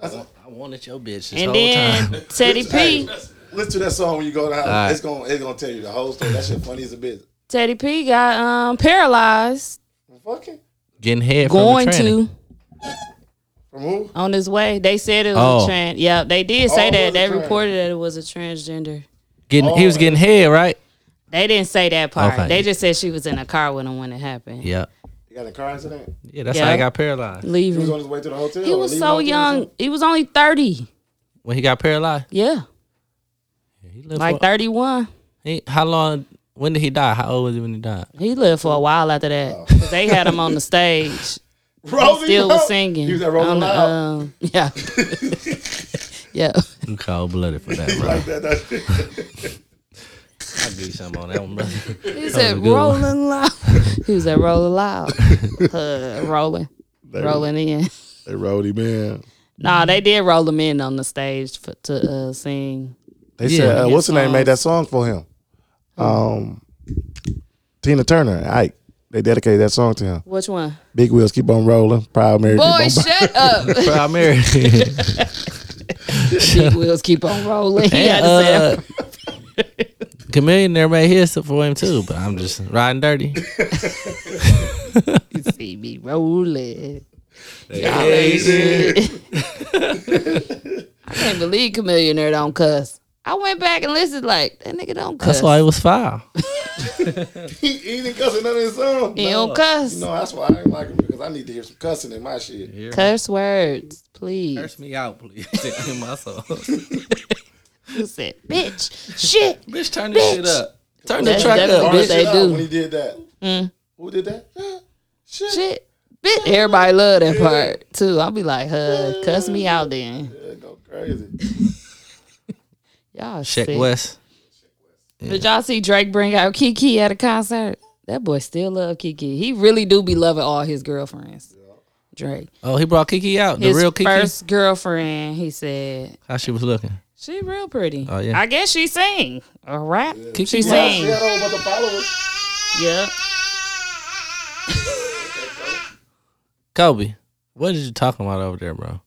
G: I wanted your bitch this
C: And
G: whole
C: then
G: time.
C: Teddy P,
I: Listen to that song when you go to the house.
G: Alright.
I: It's gonna it's gonna tell you the whole story. That shit funny as a bitch.
C: Teddy P got um paralyzed.
I: Fucking
G: Getting head from
C: going
G: the tranny.
C: to
I: from who?
C: on his way. They said it was
G: Oh.
C: a trans. Yeah, they did say
I: Oh, it
C: that.
I: was a
C: They
I: trans.
C: reported that it was a transgender.
G: Getting he
I: Oh,
G: was getting head right.
C: They didn't say that part.
G: Okay.
C: They just said she was in a car with him when it happened.
G: Yeah,
I: He got in a car accident. He
G: yeah. That's how
C: Yeah.
G: he got paralyzed.
I: was on
C: Leaving.
I: his way to the hotel.
C: He
I: or
C: was
I: leaving
C: so
I: the hotel or
C: young. He was only thirty.
G: When he got paralyzed,
C: Yeah,
G: he lived
C: like
G: for,
C: thirty-one.
G: he, how long? When did he die? How old was he when he died?
C: He lived for a while after that. 'Cause they had him on the stage.
I: something.
C: He still was
I: Rosie,
C: singing.
I: He was at Rolling
C: on the,
I: Loud.
C: um, yeah. yeah.
G: I'm cold blooded
I: *laughs*
G: for that, bro.
I: Like that, that-
G: *laughs* I'll give you something on that one, brother. *laughs*
C: He was at
G: a good one.
C: Rolling Loud. *laughs* he was at Rolling Loud. Uh, rolling. Rolling in.
I: They rolled him in.
C: Nah, they did roll him in on the stage for, to uh, sing.
I: They
G: Yeah.
I: said uh,
C: His
I: what's her name
C: songs.
I: made that song for him. Um, Tina Turner, Ike. They dedicated that song to him.
C: Which one?
I: Big wheels keep on rolling. Proud Mary. keep
C: Boy,
I: on bu-
C: shut *laughs* up.
G: Proud Mary. *laughs*
C: Big wheels keep on rolling. He had to
G: and,
C: say that.
G: *laughs* uh, Chameleon there made his stuff for him too, but I'm just riding dirty.
C: You see me rolling. *laughs* I can't believe Chameleon there don't cuss. I went back and listened like that nigga don't cuss.
G: That's why it was foul.
I: he, he didn't cuss in none of his songs.
C: he don't cuss.
I: *laughs* No, that's why I ain't like him because I need to hear some cussing in my shit.
C: Curse words, please.
G: Curse me out, please. *laughs* in my soul.
C: He said, bitch, shit.
I: *laughs*
G: Bitch, turn this shit up. Turn the
C: That's
G: track
C: definitely
G: up,
C: what
G: bitch.
C: they
I: Shut up When
C: do. Hmm?
I: he did that, who did that? Huh? Shit.
C: Shit. Bitch. Everybody love that part too. I'll be like, huh, cuss me out then.
I: Yeah, go crazy.
C: *laughs* Y'all
G: Check
C: sick.
G: West.
C: Did y'all see Drake bring out Kiki at a concert? That boy still love Kiki. He really do be loving all his girlfriends. Drake.
G: Oh, he brought Kiki out. The
C: his
G: real Kiki.
C: first girlfriend, he said,
G: How she was looking.
C: she real pretty.
G: Oh, yeah.
C: I guess she sing. All right.
G: Kiki
C: She
G: was-
I: She had
C: sing.
I: a whole bunch of followers.
C: Yeah.
G: Kobe, what is you talking about over there, bro?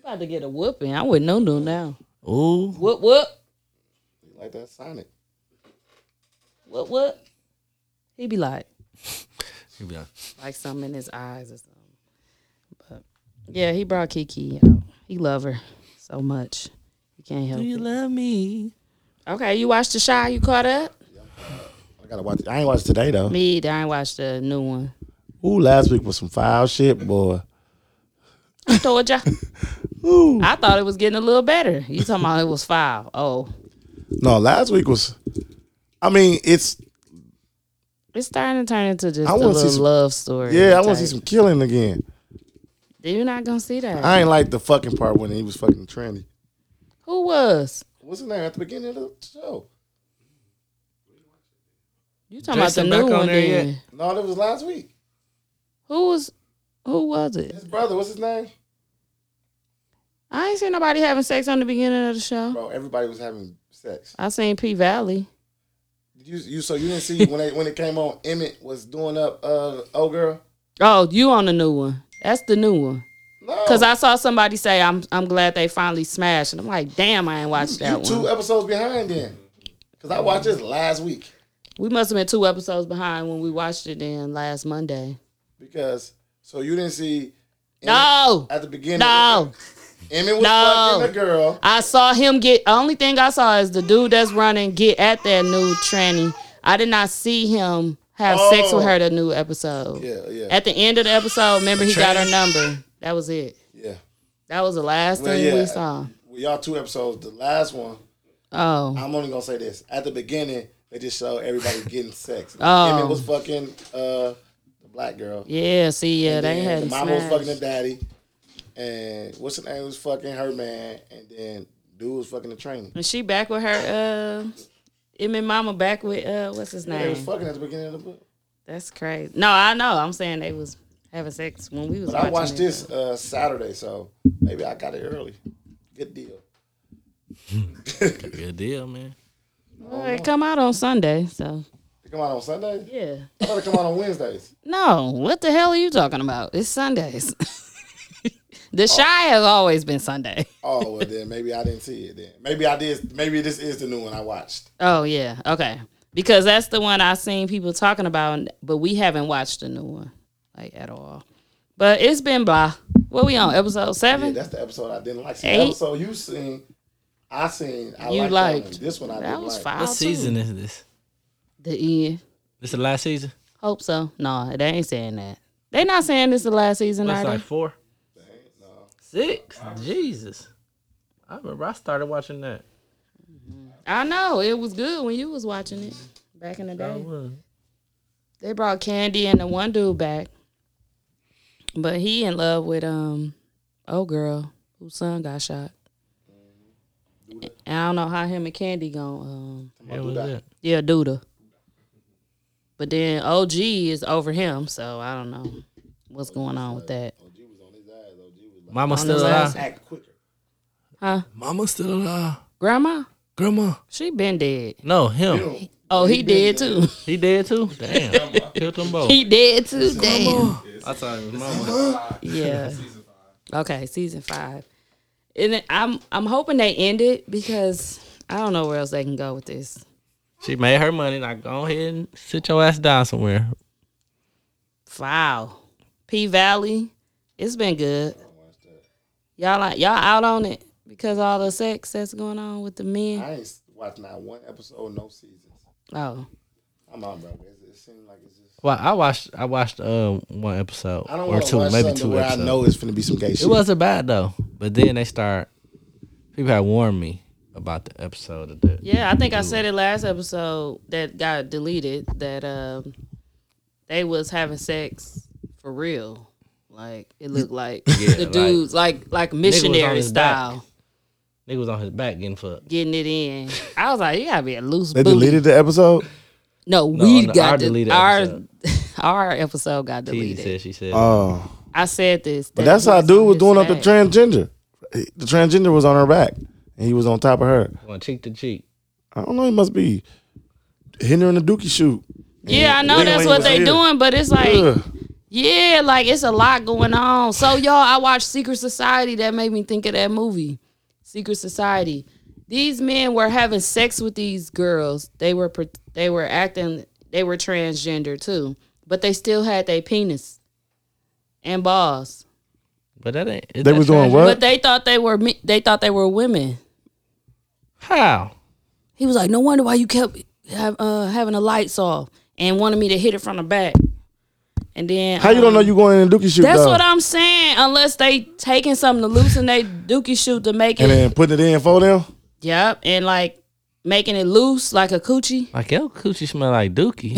C: About to get a whooping. I wouldn't know no now.
G: Ooh.
C: Whoop whoop.
I: Like that Sonic.
C: Whoop whoop. He be like,
G: He be like,
C: like something in his eyes or something. But yeah, he brought Kiki out. He love her so much. He can't help
G: Do you
C: it.
G: love me?
C: Okay, you watched the shy, you caught up?
I: I gotta watch. I ain't watched today though.
C: Me either. I ain't watched the new one.
I: Ooh, last week was some foul shit, boy.
C: I told
I: *laughs*
C: ya. I thought it was getting a little better. You talking about it was foul. Oh.
I: No, last week was. I mean, it's
C: It's starting to turn into just
I: I
C: a
I: wanna see
C: little
I: some-
C: love story.
I: yeah. I want to
C: type.
I: see some killing again.
C: You're not gonna see that.
I: I ain't like the fucking part when he was fucking trendy.
C: Who was?
I: What's his name at the beginning of the show?
C: You talking
G: Jason
C: about the
G: back
C: new
G: on
C: one
G: there
C: then?
G: yet?
I: No, that was last week.
C: Who was who was it?
I: His brother, what's his name?
C: I ain't seen nobody having sex on the beginning of the show.
I: Bro, everybody was having sex.
C: I seen P Valley.
I: You, you so you
C: *laughs*
I: didn't see when they when it came on, Emmett was doing up uh old girl.
C: Oh, you on the new one. That's the new one.
I: No,
C: Cause I saw somebody say I'm I'm glad they finally smashed. And I'm like, damn, I ain't watched
I: you
C: that
I: two
C: one.
I: episodes behind then. Cause I watched this last week
C: We must have been two episodes behind when we watched it then last Monday.
I: because so you didn't see
C: No.
I: at the beginning.
C: No.
I: Emmett was
C: No.
I: fucking a girl.
C: I saw him get. Only thing I saw is the dude that's running get at that new tranny. I did not see him have sex with
I: Oh.
C: her. The new episode.
I: Yeah, yeah,
C: At the end of the episode, remember he got her number. That was it.
I: yeah.
C: That was the last
I: Well,
C: thing
I: yeah.
C: we saw.
I: Well, y'all two episodes. The last one,
C: Oh,
I: I'm only gonna say this. At the beginning, they just show everybody getting sex.
C: *laughs* Oh.
I: Emmett was fucking uh the black girl.
C: yeah. See, yeah, they
I: then
C: had
I: the
C: him
I: mama was fucking the
C: smashed.
I: daddy, and what's her name was fucking her man, and then dude was fucking the trainer.
C: And she back with her. Uh, Emmett Mama back with uh, what's his
I: They was
C: name?
I: fucking at the beginning of the book.
C: That's crazy. No, I know. I'm saying they was having sex when we was.
I: But
C: watching
I: I watched
C: it.
I: this uh, Saturday, so maybe I got it early. Good deal.
G: Good deal, man.
C: Well, it come out on Sunday, so
I: It come out on Sunday.
C: yeah.
I: I thought it come out on Wednesdays.
C: No, what *laughs* the hell are you talking about? It's Sundays. The shy has always been Sunday.
I: Oh well, then maybe I didn't see it. Then maybe I did. Maybe this is the new one I watched.
C: Oh yeah, okay. Because that's the one I've seen people talking about, but we haven't watched the new one like at all. But it's been blah. What we on episode
I: Yeah,
C: seven?
I: that's the episode I didn't like. See,
C: Eight?
I: the episode you seen, I seen. I
C: You
I: liked,
C: liked.
I: That one. This one I
C: That
I: didn't
C: was
I: like.
C: foul,
G: What
C: too.
G: season is this?
C: The end.
G: This the last season?
C: Hope so. No, they ain't saying that. They not saying this the last season,
G: That's
C: are
G: like
C: they?
G: four. Six? Jesus. I remember I started watching that.
C: I know it was good when you was watching it back in the
G: I
C: day.
G: was.
C: They brought Candy and the one dude back, but he in love with um old girl whose son got shot. And I don't know how him and Candy going um
G: It was it.
C: yeah Duda. But then OG is over him, so I don't know what's going on with that.
G: Mama
C: the
G: still alive.
I: Act quicker.
C: Huh?
G: Mama still alive.
C: Grandma?
G: Grandma.
C: She been dead.
G: No, him.
C: Oh, he, dead too. *laughs*
G: He dead too? Damn. Killed them both.
C: He dead too. Damn.
G: I thought it was mama.
C: Yeah. Okay, season five. And then I'm I'm hoping they end it because I don't know where else they can go with this.
G: She made her money. Now go ahead and sit your ass down somewhere.
C: Wow. P Valley, it's been good. Y'all like y'all out on it because all the sex that's going on with the men.
I: I ain't s- watched not one episode, no seasons.
C: Oh.
I: I'm on, bro. It, it seems like it's just.
G: Well, I watched I watched uh, one episode
I: I don't
G: or
I: want to
G: two,
I: watch
G: maybe
I: something
G: two
I: where
G: episodes.
I: I know it's finna be some gay shit.
G: It wasn't bad though. But then they start people had warned me about the episode of the
C: Yeah, I think I said it last episode that got deleted that um they was having sex for real. Like it looked like the
G: like-
C: dudes like like missionary
G: his back.
C: style.
G: nigga was on his back getting fucked.
C: getting it in. I was like, you gotta be a loose
H: They
C: booty.
H: deleted the episode.
C: No, we
G: no,
C: got
G: our
C: the-
G: deleted
C: our
G: episode.
C: our episode got
G: She
C: deleted.
G: said she said
H: Oh,
C: I said this,
H: but that's how
C: was
H: dude was
C: his
H: doing up the
C: back.
H: transgender. He- The transgender was on her back, and he was on top of her.
G: going cheek to cheek.
H: I don't know. He must be hitting her in the dookie shoot.
C: Yeah, I know
H: We
C: that's
H: ain't
C: what
H: even
C: they
H: here.
C: doing, but it's like,
H: Ugh.
C: yeah, like it's a lot going on. So y'all, I watched Secret Society. That made me think of that movie, Secret Society. These men were having sex with these girls. They were pre- they were acting. They were transgender too, but they still had their penis and balls.
G: But that ain't is
H: They
G: that
H: was doing
G: trans-
H: what?
C: But they thought they were me- they thought they were women.
G: How?
C: He was like, "No wonder why you kept have, uh, having the lights off and wanted me to hit it from the back." And then um,
H: How you don't know you going in the dookie shoot?
C: That's
H: though?
C: what I'm saying. Unless they taking something to loosen they dookie shoot to make
H: and
C: it.
H: then putting it in for them.
C: Yep, and like making it loose like a
H: *laughs*
C: coochie.
G: Like your coochie smell like dookie.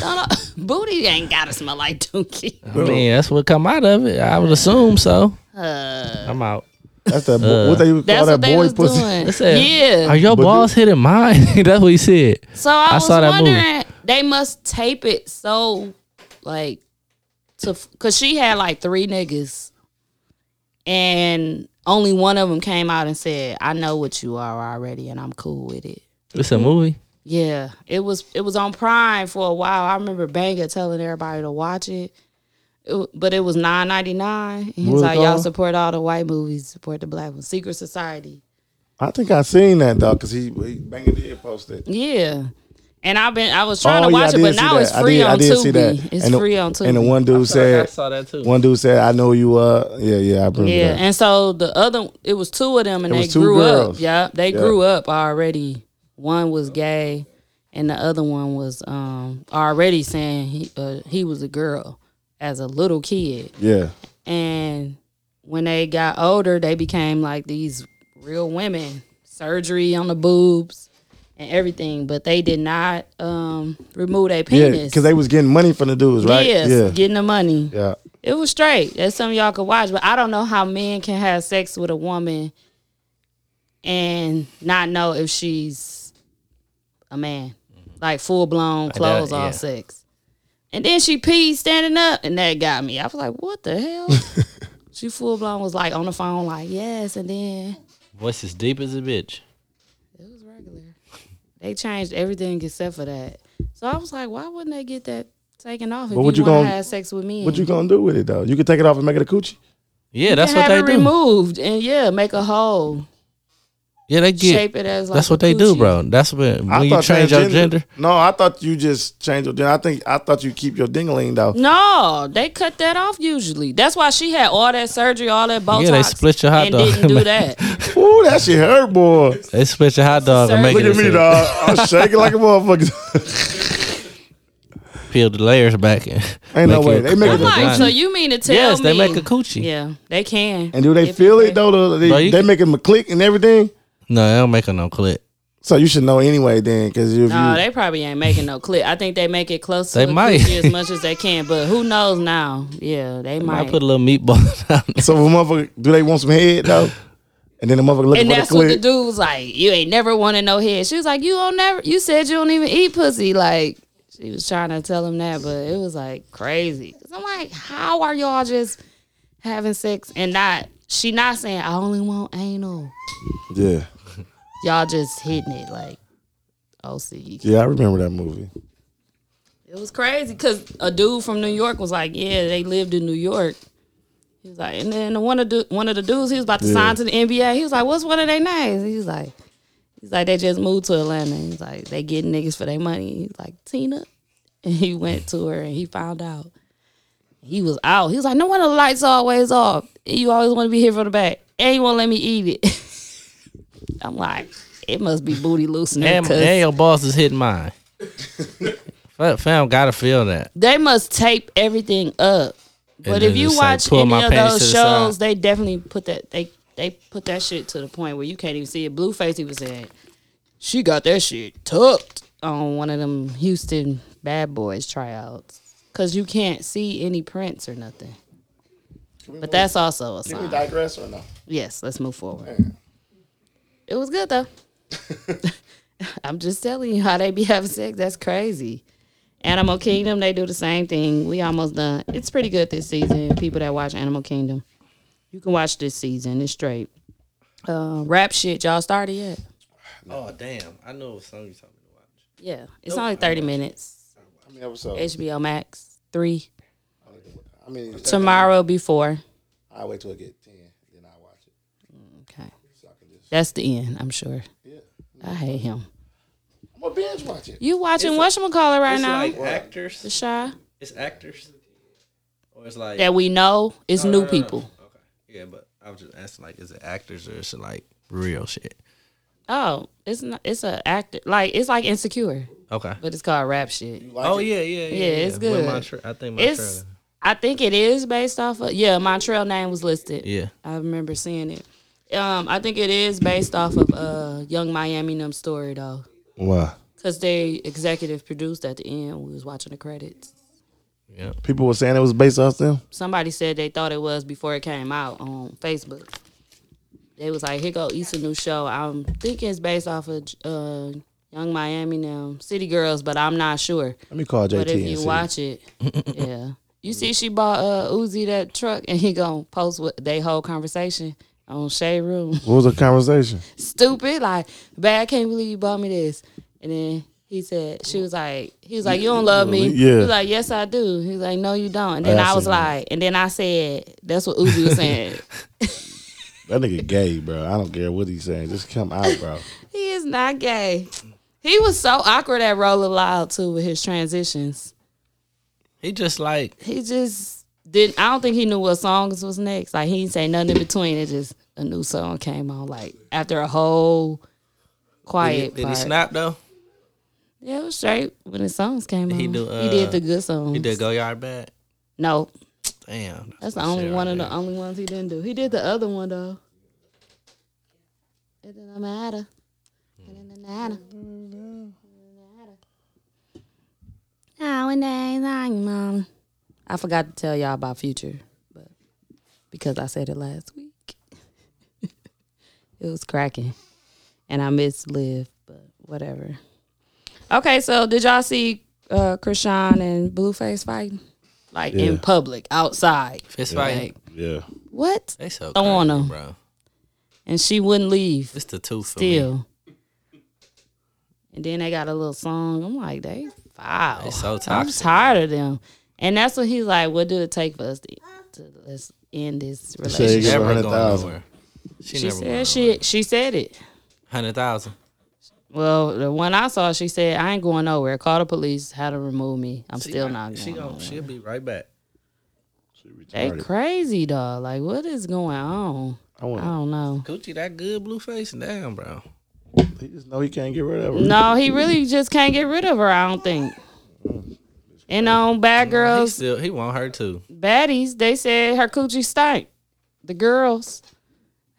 C: Don't know- *laughs* Booty ain't gotta smell like dookie.
G: I mean, that's what come out of it. I would assume so.
C: Uh,
G: I'm out.
H: That's that. bo- what they call
C: That's
H: that
C: what they
H: boy
C: was
H: pussy.
C: doing.
G: It said,
C: *laughs* yeah.
G: Are your
H: But
G: balls hitting mine? *laughs* that's what he said.
C: So I,
G: I
C: was
G: saw that movie.
C: wondering, they must tape it so, like, to because she had like three niggas, and only one of them came out and said, "I know what you are already, and I'm cool with it."
G: It's a movie.
C: Yeah, it was it was on Prime for a while. I remember Banger telling everybody to watch it, It wa- but it was nine ninety nine. He was
H: What
C: like,
H: it
C: "Y'all
H: called?
C: support all the white movies, support the black ones." Secret Society.
H: I think I seen that dog because he, he banging the ear post it.
C: Yeah. And I've been I was trying to
H: Oh, yeah,
C: watch
H: I
C: it, but
H: did see
C: now
H: that.
C: it's
H: I
C: free
H: did- I
C: on
H: did see
C: Tubi.
H: that.
C: It's
H: And the-
C: free on Tubi.
H: And the one dude
G: I
H: said,
G: saw that too.
H: one dude said, "I know you." Uh, yeah, yeah, I remember
C: yeah,
H: that.
C: and so the other it was two of them, and
H: It
C: they
H: was two
C: grew up.
H: girls.
C: Yeah, they
H: Yeah.
C: grew up already. One was gay, and the other one was um already saying he uh, he was a girl as a little kid.
H: Yeah,
C: And when they got older, they became like these real women, surgery on the boobs and everything. But they did not um remove their
H: yeah,
C: penis.
H: because they was getting money from the dudes, right?
C: Yes,
H: yeah,
C: getting the money.
H: yeah.
C: It was straight. That's something y'all could watch. But I don't know how men can have sex with a woman and not know if she's a man. Like full blown
G: Mm-hmm. that,
C: clothes all
G: yeah.
C: sex. And then she peed standing up and that got me. I was like, what the
H: *laughs*
C: hell? she full blown was like on the phone, like, yes, and then
G: Voice is deep as a bitch.
C: it was regular. They changed everything except for that. So I was like, why wouldn't they get that taken off if
H: But what
C: you,
H: you
C: want
H: gonna-
C: to have sex with me?
H: What you gonna do with it though? You can take it off and make it a coochie.
G: Yeah,
C: You
G: that's
C: can
G: what
C: have
G: they
C: it
G: do.
C: Removed and yeah, make a hole.
G: Yeah, they get
C: Shape it as like
G: That's
C: a
G: what they do,
C: coochie.
G: bro. That's when
H: I
G: when you
H: thought
G: change your
H: transgender-
G: gender.
H: No, I thought you just change your gender. I think I thought you keep your
C: *laughs*
H: dingaling though.
C: No, they cut that off usually. That's why she had all that surgery, all that Botox.
G: Yeah, they split your hot
C: and
G: dog. *laughs*
C: didn't do that.
H: Ooh, that shit hurt, boy.
G: They split your hot dog and make
H: Look
G: it
H: at me,
G: into-
H: dog. I'm shaking like
C: *laughs*
H: a motherfucker.
G: peel the layers back. And
H: Ain't no
G: make
H: way.
G: it
H: They make
G: look
H: a
G: like
C: Like,
G: vagina.
C: so you mean to tell
G: yes,
C: me?
G: they make a coochie.
C: Yeah, they can.
H: And do they
C: If
H: feel it though? though? They,
G: Bro, you
H: they
G: can-
H: make them a click and everything.
G: No, they don't make a no clit.
H: So you should know anyway, then, because if
C: No,
H: you
C: they probably ain't making no clip. I think they make it close to
G: They
C: a
G: might.
C: coochie as much as they can, but who knows now? Yeah, they
G: I
C: might.
G: put a little meatball down.
C: *laughs*
G: there.
H: so if a motherfucker, do they want some head though? And then the motherfucker looking
C: and
H: for the
C: that's what the
H: click.
C: dude was like. You ain't never wanted no head. She was like, you don't never. You said you don't even eat pussy. Like she was trying to tell him that, but it was like crazy. Cause I'm like, how are y'all just having sex and not? She not saying I only want anal.
H: Yeah,
C: Y'all just hitting it like. Oh, see,
H: yeah, I remember that movie.
C: It was crazy because a dude from New York was like, "Yeah, they lived in New York." He was like, and then the one of the one of the dudes he was about to sign to the NBA. He was like, "What's one of their names?" He was like, "He's like they just moved to Atlanta." He's like, "They getting niggas for their money." He's like, "Tina," *laughs* and he went to her and he found out. He was out. He was like, "No wonder the lights always off. You always want to be here from the back, and you won't let me eat it." *laughs* I'm like, it must be booty loosener.
G: And,
C: 'cause-
G: and your boss is
C: *laughs*
G: hitting mine. Fa- Fam, gotta feel that.
C: they must tape everything up. But
G: then
C: if you
G: just, like,
C: watch
G: pull
C: any
G: my
C: of
G: panties
C: those
G: to the side.
C: shows, they definitely put that they they put that shit to the point where you can't even see it. Blueface, he was saying, she got that shit tucked on one of them Houston Bad Boys tryouts because you can't see any prints or nothing. But that's also a sign.
H: digress or no?
C: Yes, let's move forward. It was good though. I'm just telling you how they be having sex. That's crazy. Animal Kingdom, they do the same thing. We almost done. It's pretty good this season. People that watch Animal Kingdom, you can watch this season. It's straight. Uh, rap shit, y'all started yet?
G: Oh damn. I know something something to watch.
C: Yeah, it's only 30 minutes.
H: I mean, episode.
C: HBO Max three
H: I mean,
C: tomorrow before.
H: I wait till I get ten, then I watch it.
C: Okay, that's the end. I'm sure. I hate him.
H: I'm gonna binge watch it.
C: You watching whatchamacallit right now? the
G: actors.
C: shy.
G: It's actors. Or it's like
C: that we know is new people.
G: Okay. Yeah, but I was just asking like is it actors or is it like real shit?
C: Oh, it's not, it's a actor like it's like insecure,
G: Okay.
C: but it's called rap shit.
G: oh yeah, yeah, yeah.
C: Yeah, it's
G: With
C: good.
G: my tra- I think my
C: It's
G: trailer.
C: I think it is based off of yeah, Montreal name was listed.
G: Yeah.
C: I remember seeing it. Um, I think it is based off of uh Young Miami Num story though,
H: Why?
C: because they executive produced at the end. We was watching the credits.
G: Yeah.
H: People were saying it was based off them.
C: Somebody said they thought it was before it came out on Facebook. They was like, "Here go Issa new show." I'm thinking it's based off of uh, Young Miami now, City Girls, but I'm not sure.
H: Let me call JT
C: But if
H: and
C: you
H: see.
C: watch it, yeah, you see she bought uh, Uzi that truck, and he gonna post what they whole conversation on Shade Room.
H: what was the conversation?
C: Stupid, like, bad. I can't believe you bought me this. And then he said, she was like, he was like, you don't love me.
H: Yeah.
C: He was like, yes, I do. He was like, no, you don't. And then
H: Oh, I
C: I was
H: see that.
C: like, and then I said, that's what Uzi was saying.
H: That nigga gay, bro. I don't care what he's saying. Just come out, bro.
C: he is not gay. He was so awkward at Roller Loud too with his transitions.
G: He just like
C: he just didn't. I don't think he knew what songs was next. Like he didn't say nothing in between. It just a new song came on. Like after a whole
G: did he,
C: quiet
G: did he
C: part. Mm.
G: snap though?
C: Yeah, it was straight when the songs came
G: Did
C: on.
G: he do,
C: he did
G: uh,
C: the good songs.
G: He did go yard bad.
C: No,
G: Damn.
C: that's the
G: some
C: only
G: shit
C: one
G: right
C: of
G: there.
C: the only ones he didn't do. He did the other one though. It didn't matter. It didn't matter. Nowadays, I'm mom. I forgot to tell y'all about Future, but because I said it last week, *laughs* it was cracking, and I missed Liv, but whatever. Okay, so did y'all see uh Krishan and Blueface fighting, like in
H: Yeah.
C: public outside?
G: Fist fight.
H: Yeah.
C: What?
G: They so
C: Throw on
G: crazy,
C: him.
G: bro.
C: And she wouldn't leave.
G: It's the two for me.
C: still. And then they got a little song. I'm like, they foul.
G: They so
C: I'm
G: toxic.
C: tired of them. And that's when he's like, what did it take for us to, to let's end this
I: She said you
C: relationship.
I: give her
G: Never going
I: 100,000.
G: nowhere. She,
C: She,
G: never
C: said she she said it.
G: hundred thousand.
C: Well, the one I saw, she said, "I ain't going nowhere. Call the police. How to remove me? I'm still not going."
G: She gon' she'll be right back.
C: They crazy dog. Like, what is going on? I,
I: wanna-
C: don't know.
G: Gucci that good blue face. Damn, bro.
I: He just know he can't get rid of her.
C: No, he really just can't get rid of her. I don't think. And on bad
G: He
C: girls,
G: still he want her too.
C: baddies, they said her coochie stank. The girls,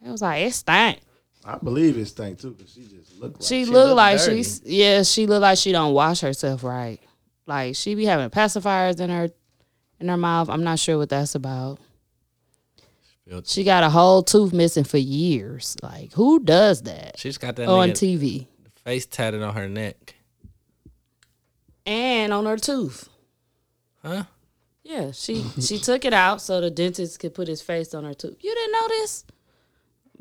C: it was like it stank.
I: I believe it's thing too, because she just looked like
C: She,
G: she
C: looked
G: look
C: like
G: dirty.
C: she's yeah. She looked like she don't wash herself right. Like she be having pacifiers in her in her mouth. I'm not sure what that's about.
G: Filthy.
C: She got a whole tooth missing for years. Like who does that
G: She's got that
C: on
G: nigga
C: TV
G: face tatted on her neck.
C: and on her tooth?
G: Huh?
C: Yeah, she she took it out so the dentist could put his face on her tooth. You didn't know this,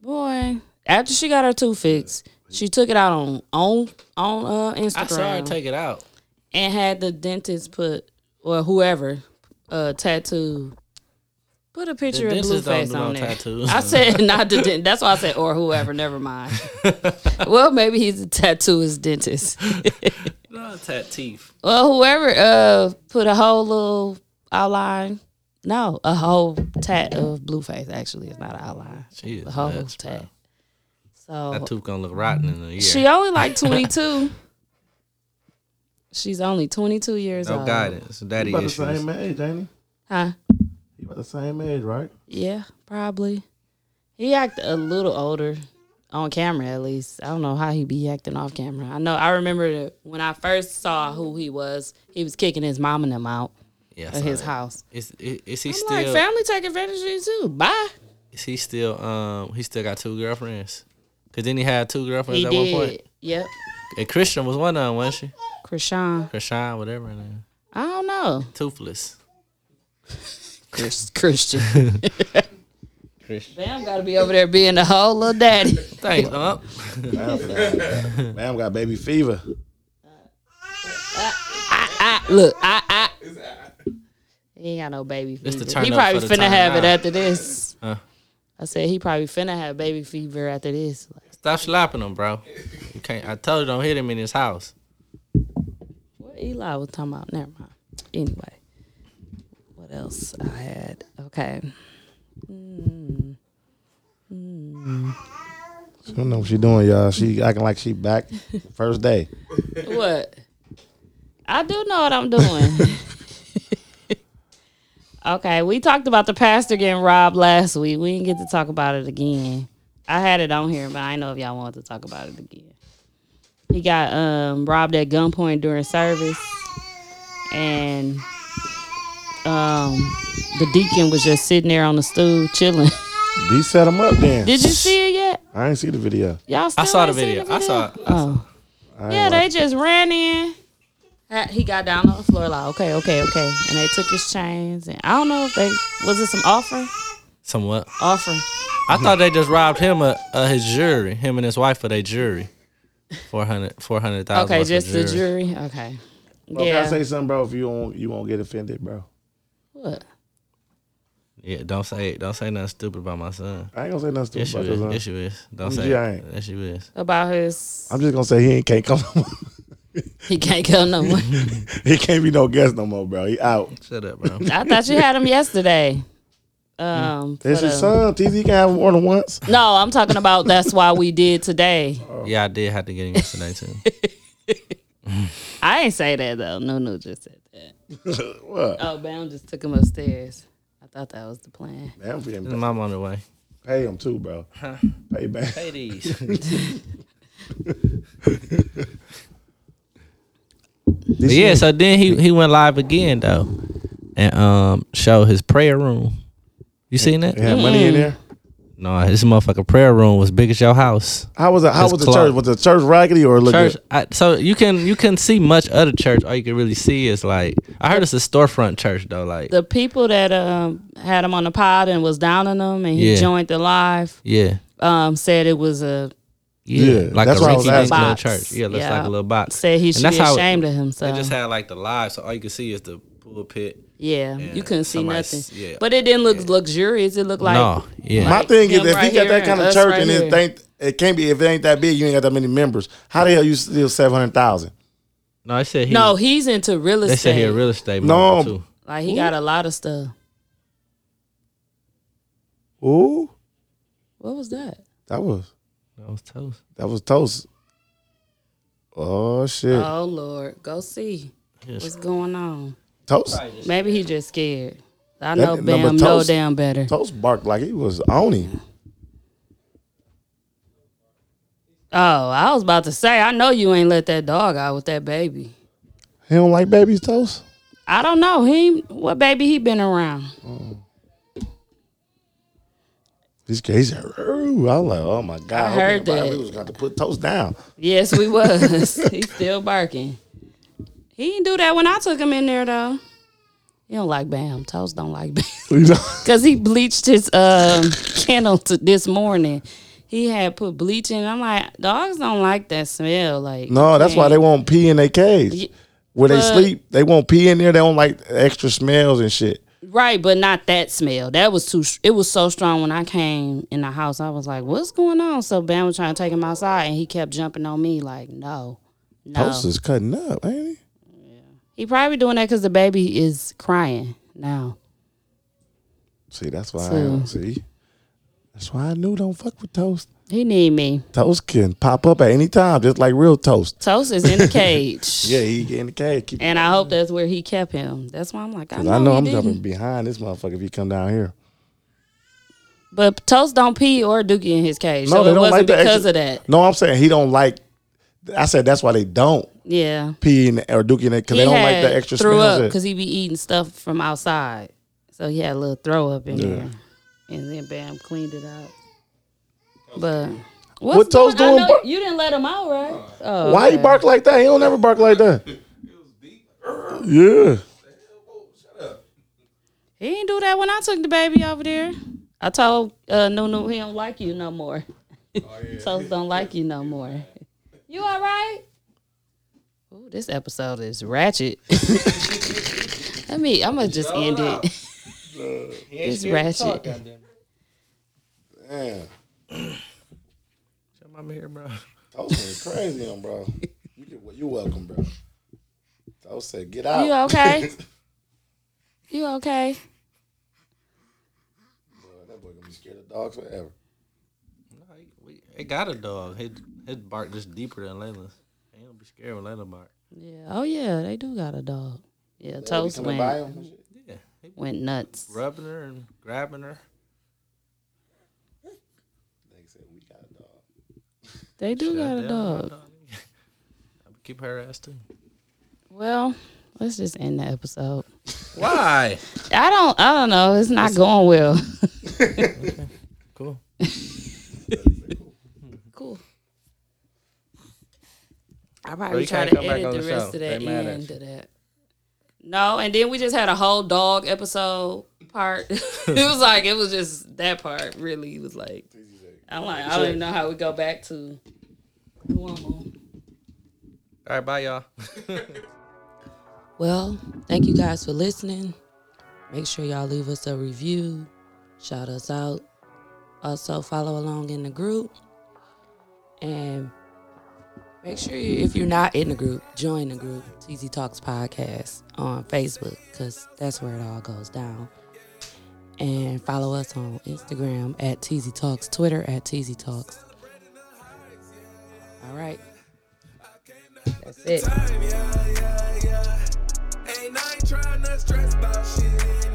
C: boy. After she got her tooth fixed, she took it out on on on uh, Instagram.
G: I saw her take it out.
C: and had the dentist put or whoever uh tattoo put a picture of
G: dentist don't
C: Blueface
G: do no
C: on there.
G: tattoos.
C: I said *laughs* not the dentist. That's why I said or whoever. Never
G: *laughs*
C: mind. well, maybe he's a tattooist dentist.
G: No, tat teeth.
C: well, whoever uh put a whole little outline. No, a whole tat of Blueface. Actually, it's not an outline.
G: She
C: The
G: is
C: whole
G: nuts, bro.
C: tat. So
G: That tooth gonna look rotten in a year.
C: Oh. she only like twenty two. She's only twenty two years
G: no
C: old.
G: guidance. Daddy
I: he about the
G: issues.
I: same age, ain't he?
C: Huh?
I: He about the same age, right?
C: Yeah, probably. He acted a little older on camera, at least. I don't know how he be acting off camera. I know. I remember that when I first saw who he was, he was kicking his mom and them out
G: yeah,
C: of
G: I saw
C: his
G: that.
C: house.
G: Is, is, is he
C: I'm
G: still?
C: like, family take advantage of you too. Bye.
G: is he still? Um, he still got two girlfriends. Cause then he had two girlfriends
C: He
G: at
C: did.
G: one point.
C: Yep.
G: And Christian was one of them, wasn't she?
C: Krishan.
G: Krishan, whatever. her name.
C: I don't know.
G: Toothless. *laughs*
C: Chris, Christian.
G: Christian.
C: Bam got to be over there being the whole little daddy. *laughs*
G: Thanks, Unc.
I: Ma'am got baby fever.
C: I, look, I, I. He ain't got no baby
G: It's
C: fever.
G: the turn
C: He
G: up
C: probably
G: for the
C: finna
G: turn
C: have it
G: up.
C: after this.
G: Huh.
C: I said he probably finna have baby fever after this. Like,
G: Stop slapping him, bro. You can't. I told you don't hit him in his house.
C: what Eli was talking about? Never mind. Anyway, what else I had? Okay,
I: I don't know what she doing, y'all. She acting like she back first day.
C: what? I do know what I'm doing. okay, we talked about the pastor getting robbed last week. We didn't get to talk about it again. I had it on here, but I know if y'all want to talk about it again. He got um, robbed at gunpoint during service, and um, the deacon was just sitting there on the stool chilling. *laughs*
I: D set him up then.
C: Did you see it yet?
I: I ain't see the video.
C: Y'all still
G: I saw the
C: ain't seen
G: video. I saw. it.
C: Oh. Yeah, they just ran in. Uh, He got down on the floor like, okay, okay, okay. And they took his chains. And I don't know if they, was it some offer?
G: Somewhat.
C: Offer.
G: I thought they just robbed him of, of his jury. Him and his wife of their jury. 400 400,000.
C: Okay,
G: worth of
C: just the jury. Okay.
I: Bro,
C: yeah.
I: Can I say something, bro? If you won't, you won't get offended, bro.
C: what?
G: Yeah, don't say it. Don't say nothing stupid about my son.
I: I ain't gonna say nothing
G: Yes, you
I: stupid
G: is.
I: about this.
G: Yes,
I: huh?
G: you is. Don't
I: I'm
G: say it.
I: giant.
G: Yes, you is.
C: About his,
I: I'm just gonna say he ain't can't come. *laughs* No more.
C: he can't kill no one.
I: he can't be no guest no more, bro. He out.
G: Shut up, bro.
C: *laughs* I thought you had him yesterday. Um,
I: That's
C: for
I: his
C: the-
I: son. TZ can have him more than once.
C: No, I'm talking about that's why we did today.
G: yeah, I did have to get him yesterday, too.
C: I ain't say that though. No, no, just said that.
I: What?
C: Oh, Bam just took him upstairs. I thought that was the plan.
I: Man, we
G: His
I: didn't
G: mom on the way.
I: pay him too, bro. Pay back. *laughs*
G: Ladies.
I: This
G: yeah,
I: nigga-
G: so then he, he went live again, though, and um showed his prayer room. You seen
I: They
G: that?
I: had money in there.
G: No, his motherfucking prayer room was big as your house.
I: How was it? How
G: It's
I: was the
G: clogged.
I: church? Was the church raggedy or look
G: church.
I: good?
G: I, so you can you can see much of the church. All you can really see is like I heard it's a storefront church though. Like
C: the people that um had him on the pod and was downing him and he
G: Yeah.
C: joined the live
G: yeah,
C: um said it was a
G: yeah,
I: Yeah,
G: like
I: that's
G: a
I: what I was
G: rinky dink
I: asking.
G: little
C: Box.
G: church. Yeah, it looks
C: Yeah.
G: like a little box.
C: said he should
G: that's
C: be
G: how it-
C: ashamed of
G: They
C: himself.
G: just had like the live, so all you can see is the pulpit.
C: Yeah,
G: and
C: you couldn't see
G: somebody's-
C: nothing.
G: Yeah.
C: But it didn't look luxurious. It looked like
G: No, yeah.
I: My
C: like
I: thing is,
C: him
I: if
C: right
I: you got
C: here
I: that kind
C: and
I: of
C: us
I: church
C: right
I: and
C: here.
I: it ain't, it can't be. If it ain't that big, you ain't got that many members. How the hell you still seven hundred thousand?
G: no, I said he.
C: no, he's into real
G: they
C: estate.
G: said he a real estate
I: No.
G: mogul too.
C: like he got a lot of stuff.
I: Ooh,
C: What was that?
I: that was
G: That was toast.
I: that was toast. Oh shit,
C: Oh Lord, go see
G: Yes.
C: what's going on.
I: toast.
C: Maybe he just scared. I
I: That
C: know
I: number
C: Bam, no
I: toast-
C: damn better.
I: Toast barked like he was on him.
C: Oh, I was about to say, I know you ain't let that dog out with that baby.
I: He don't like babies toast.
C: I don't know he what baby he been around.
I: He's he's ooh. I was like, oh my god.
C: I
I: hope
C: heard
I: everybody-
C: that.
I: We was going to put toast down. *laughs*
C: Yes, we was. *laughs* He's still barking. He didn't do that when I took him in there though. He don't like Bam. Toast don't like Bam. *laughs*
I: You know?
C: Cause he bleached his um kennel to this morning. He had put bleach in. I'm like, dogs don't like that smell. Like
I: No, that's why they won't pee in their
C: Ye-
I: cage. Where they
C: but-
I: sleep, they won't pee in there. They don't like extra smells and shit.
C: Right, but not that smell. That was too. It was so strong when I came in the house. I was like, "What's going on?" So Bam was trying to take him outside, and he kept jumping on me. Like, no, no.
I: Toast is cutting up, ain't
C: He probably doing that because the baby is crying now.
I: he? See, that's why. I, see, that's why I knew don't fuck with toast.
C: He need me.
I: Toast can pop up at any time, just like real toast.
C: Toast is in the cage.
I: *laughs* Yeah, he get in the cage. Keep,
C: And I hope that's where he kept him. That's why I'm like, I
I: 'cause
C: know,
I: I know
C: he
I: I'm
C: didn't.
I: jumping behind this motherfucker if he come down here.
C: But Toast don't pee or Dookie in his cage.
I: No,
C: so
I: they
C: it
I: don't
C: wasn't
I: like the
C: because
I: extra-
C: of that.
I: No, I'm saying he don't like. I said that's why they don't
C: Yeah.
I: pee in or dookie in it because
C: He
I: they don't like
C: had
I: the extra
C: threw
I: smells.
C: up
I: that-
C: because he be eating stuff from outside, so he had a little throw up in there, and then bam, cleaned it out. But what's
I: What Toast
C: going- I
I: doing
C: know
I: bark-
C: You didn't let him out, right? Oh,
I: Why he
C: okay.
I: bark like that? He don't ever bark like that. Yeah.
C: He didn't do that when I took the baby over there. I told uh, Nunu he don't like you no more.
I: Oh,
C: *laughs* Toast don't like you no more. You all right? Ooh, this episode is ratchet. *laughs* Let me. I'm gonna just end *laughs* it. It's ratchet.
G: I'm here, bro.
I: Toast went crazy on bro. You get- You welcome, bro. Toast said, "Get out."
C: You
I: *laughs*
C: okay? you okay?
I: That boy gonna be scared of dogs forever.
G: It got a dog. His his bark just deeper than Layla's. He don't be scared when Layla bark.
C: Yeah. Oh yeah, they do got a dog. Yeah,
I: They be
C: Toast
I: coming by
C: went
I: him and shit.
G: Yeah, he
C: went nuts.
G: rubbing her and grabbing her.
C: They do got a dog.
G: Keep her ass too.
C: Well, let's just end the episode.
G: Why?
C: I don't. I don't know. It's not going well.
G: Cool.
C: cool. I
G: Bro,
C: probably
G: you
C: try
G: can't
C: to
G: come back on
C: edit the,
G: the
C: rest
G: show.
C: of that
G: They mad at
C: end
G: you.
C: of that. No, and then we just had a whole dog episode part. *laughs* it was like it was just that part. Really, it was like I'm like I don't even know how we go back to normal.
G: All right, bye y'all.
C: Well, thank you guys for listening. Make sure y'all leave us a review, shout us out. Also, follow along in the group. And make sure you, if you're not in the group, join the group, TZ Talks Podcast on Facebook, because that's where it all goes down. And follow us on Instagram at TZ Talks, Twitter at TZ Talks. All right. That's it.
F: Ain't I ain't tryna stress about shit.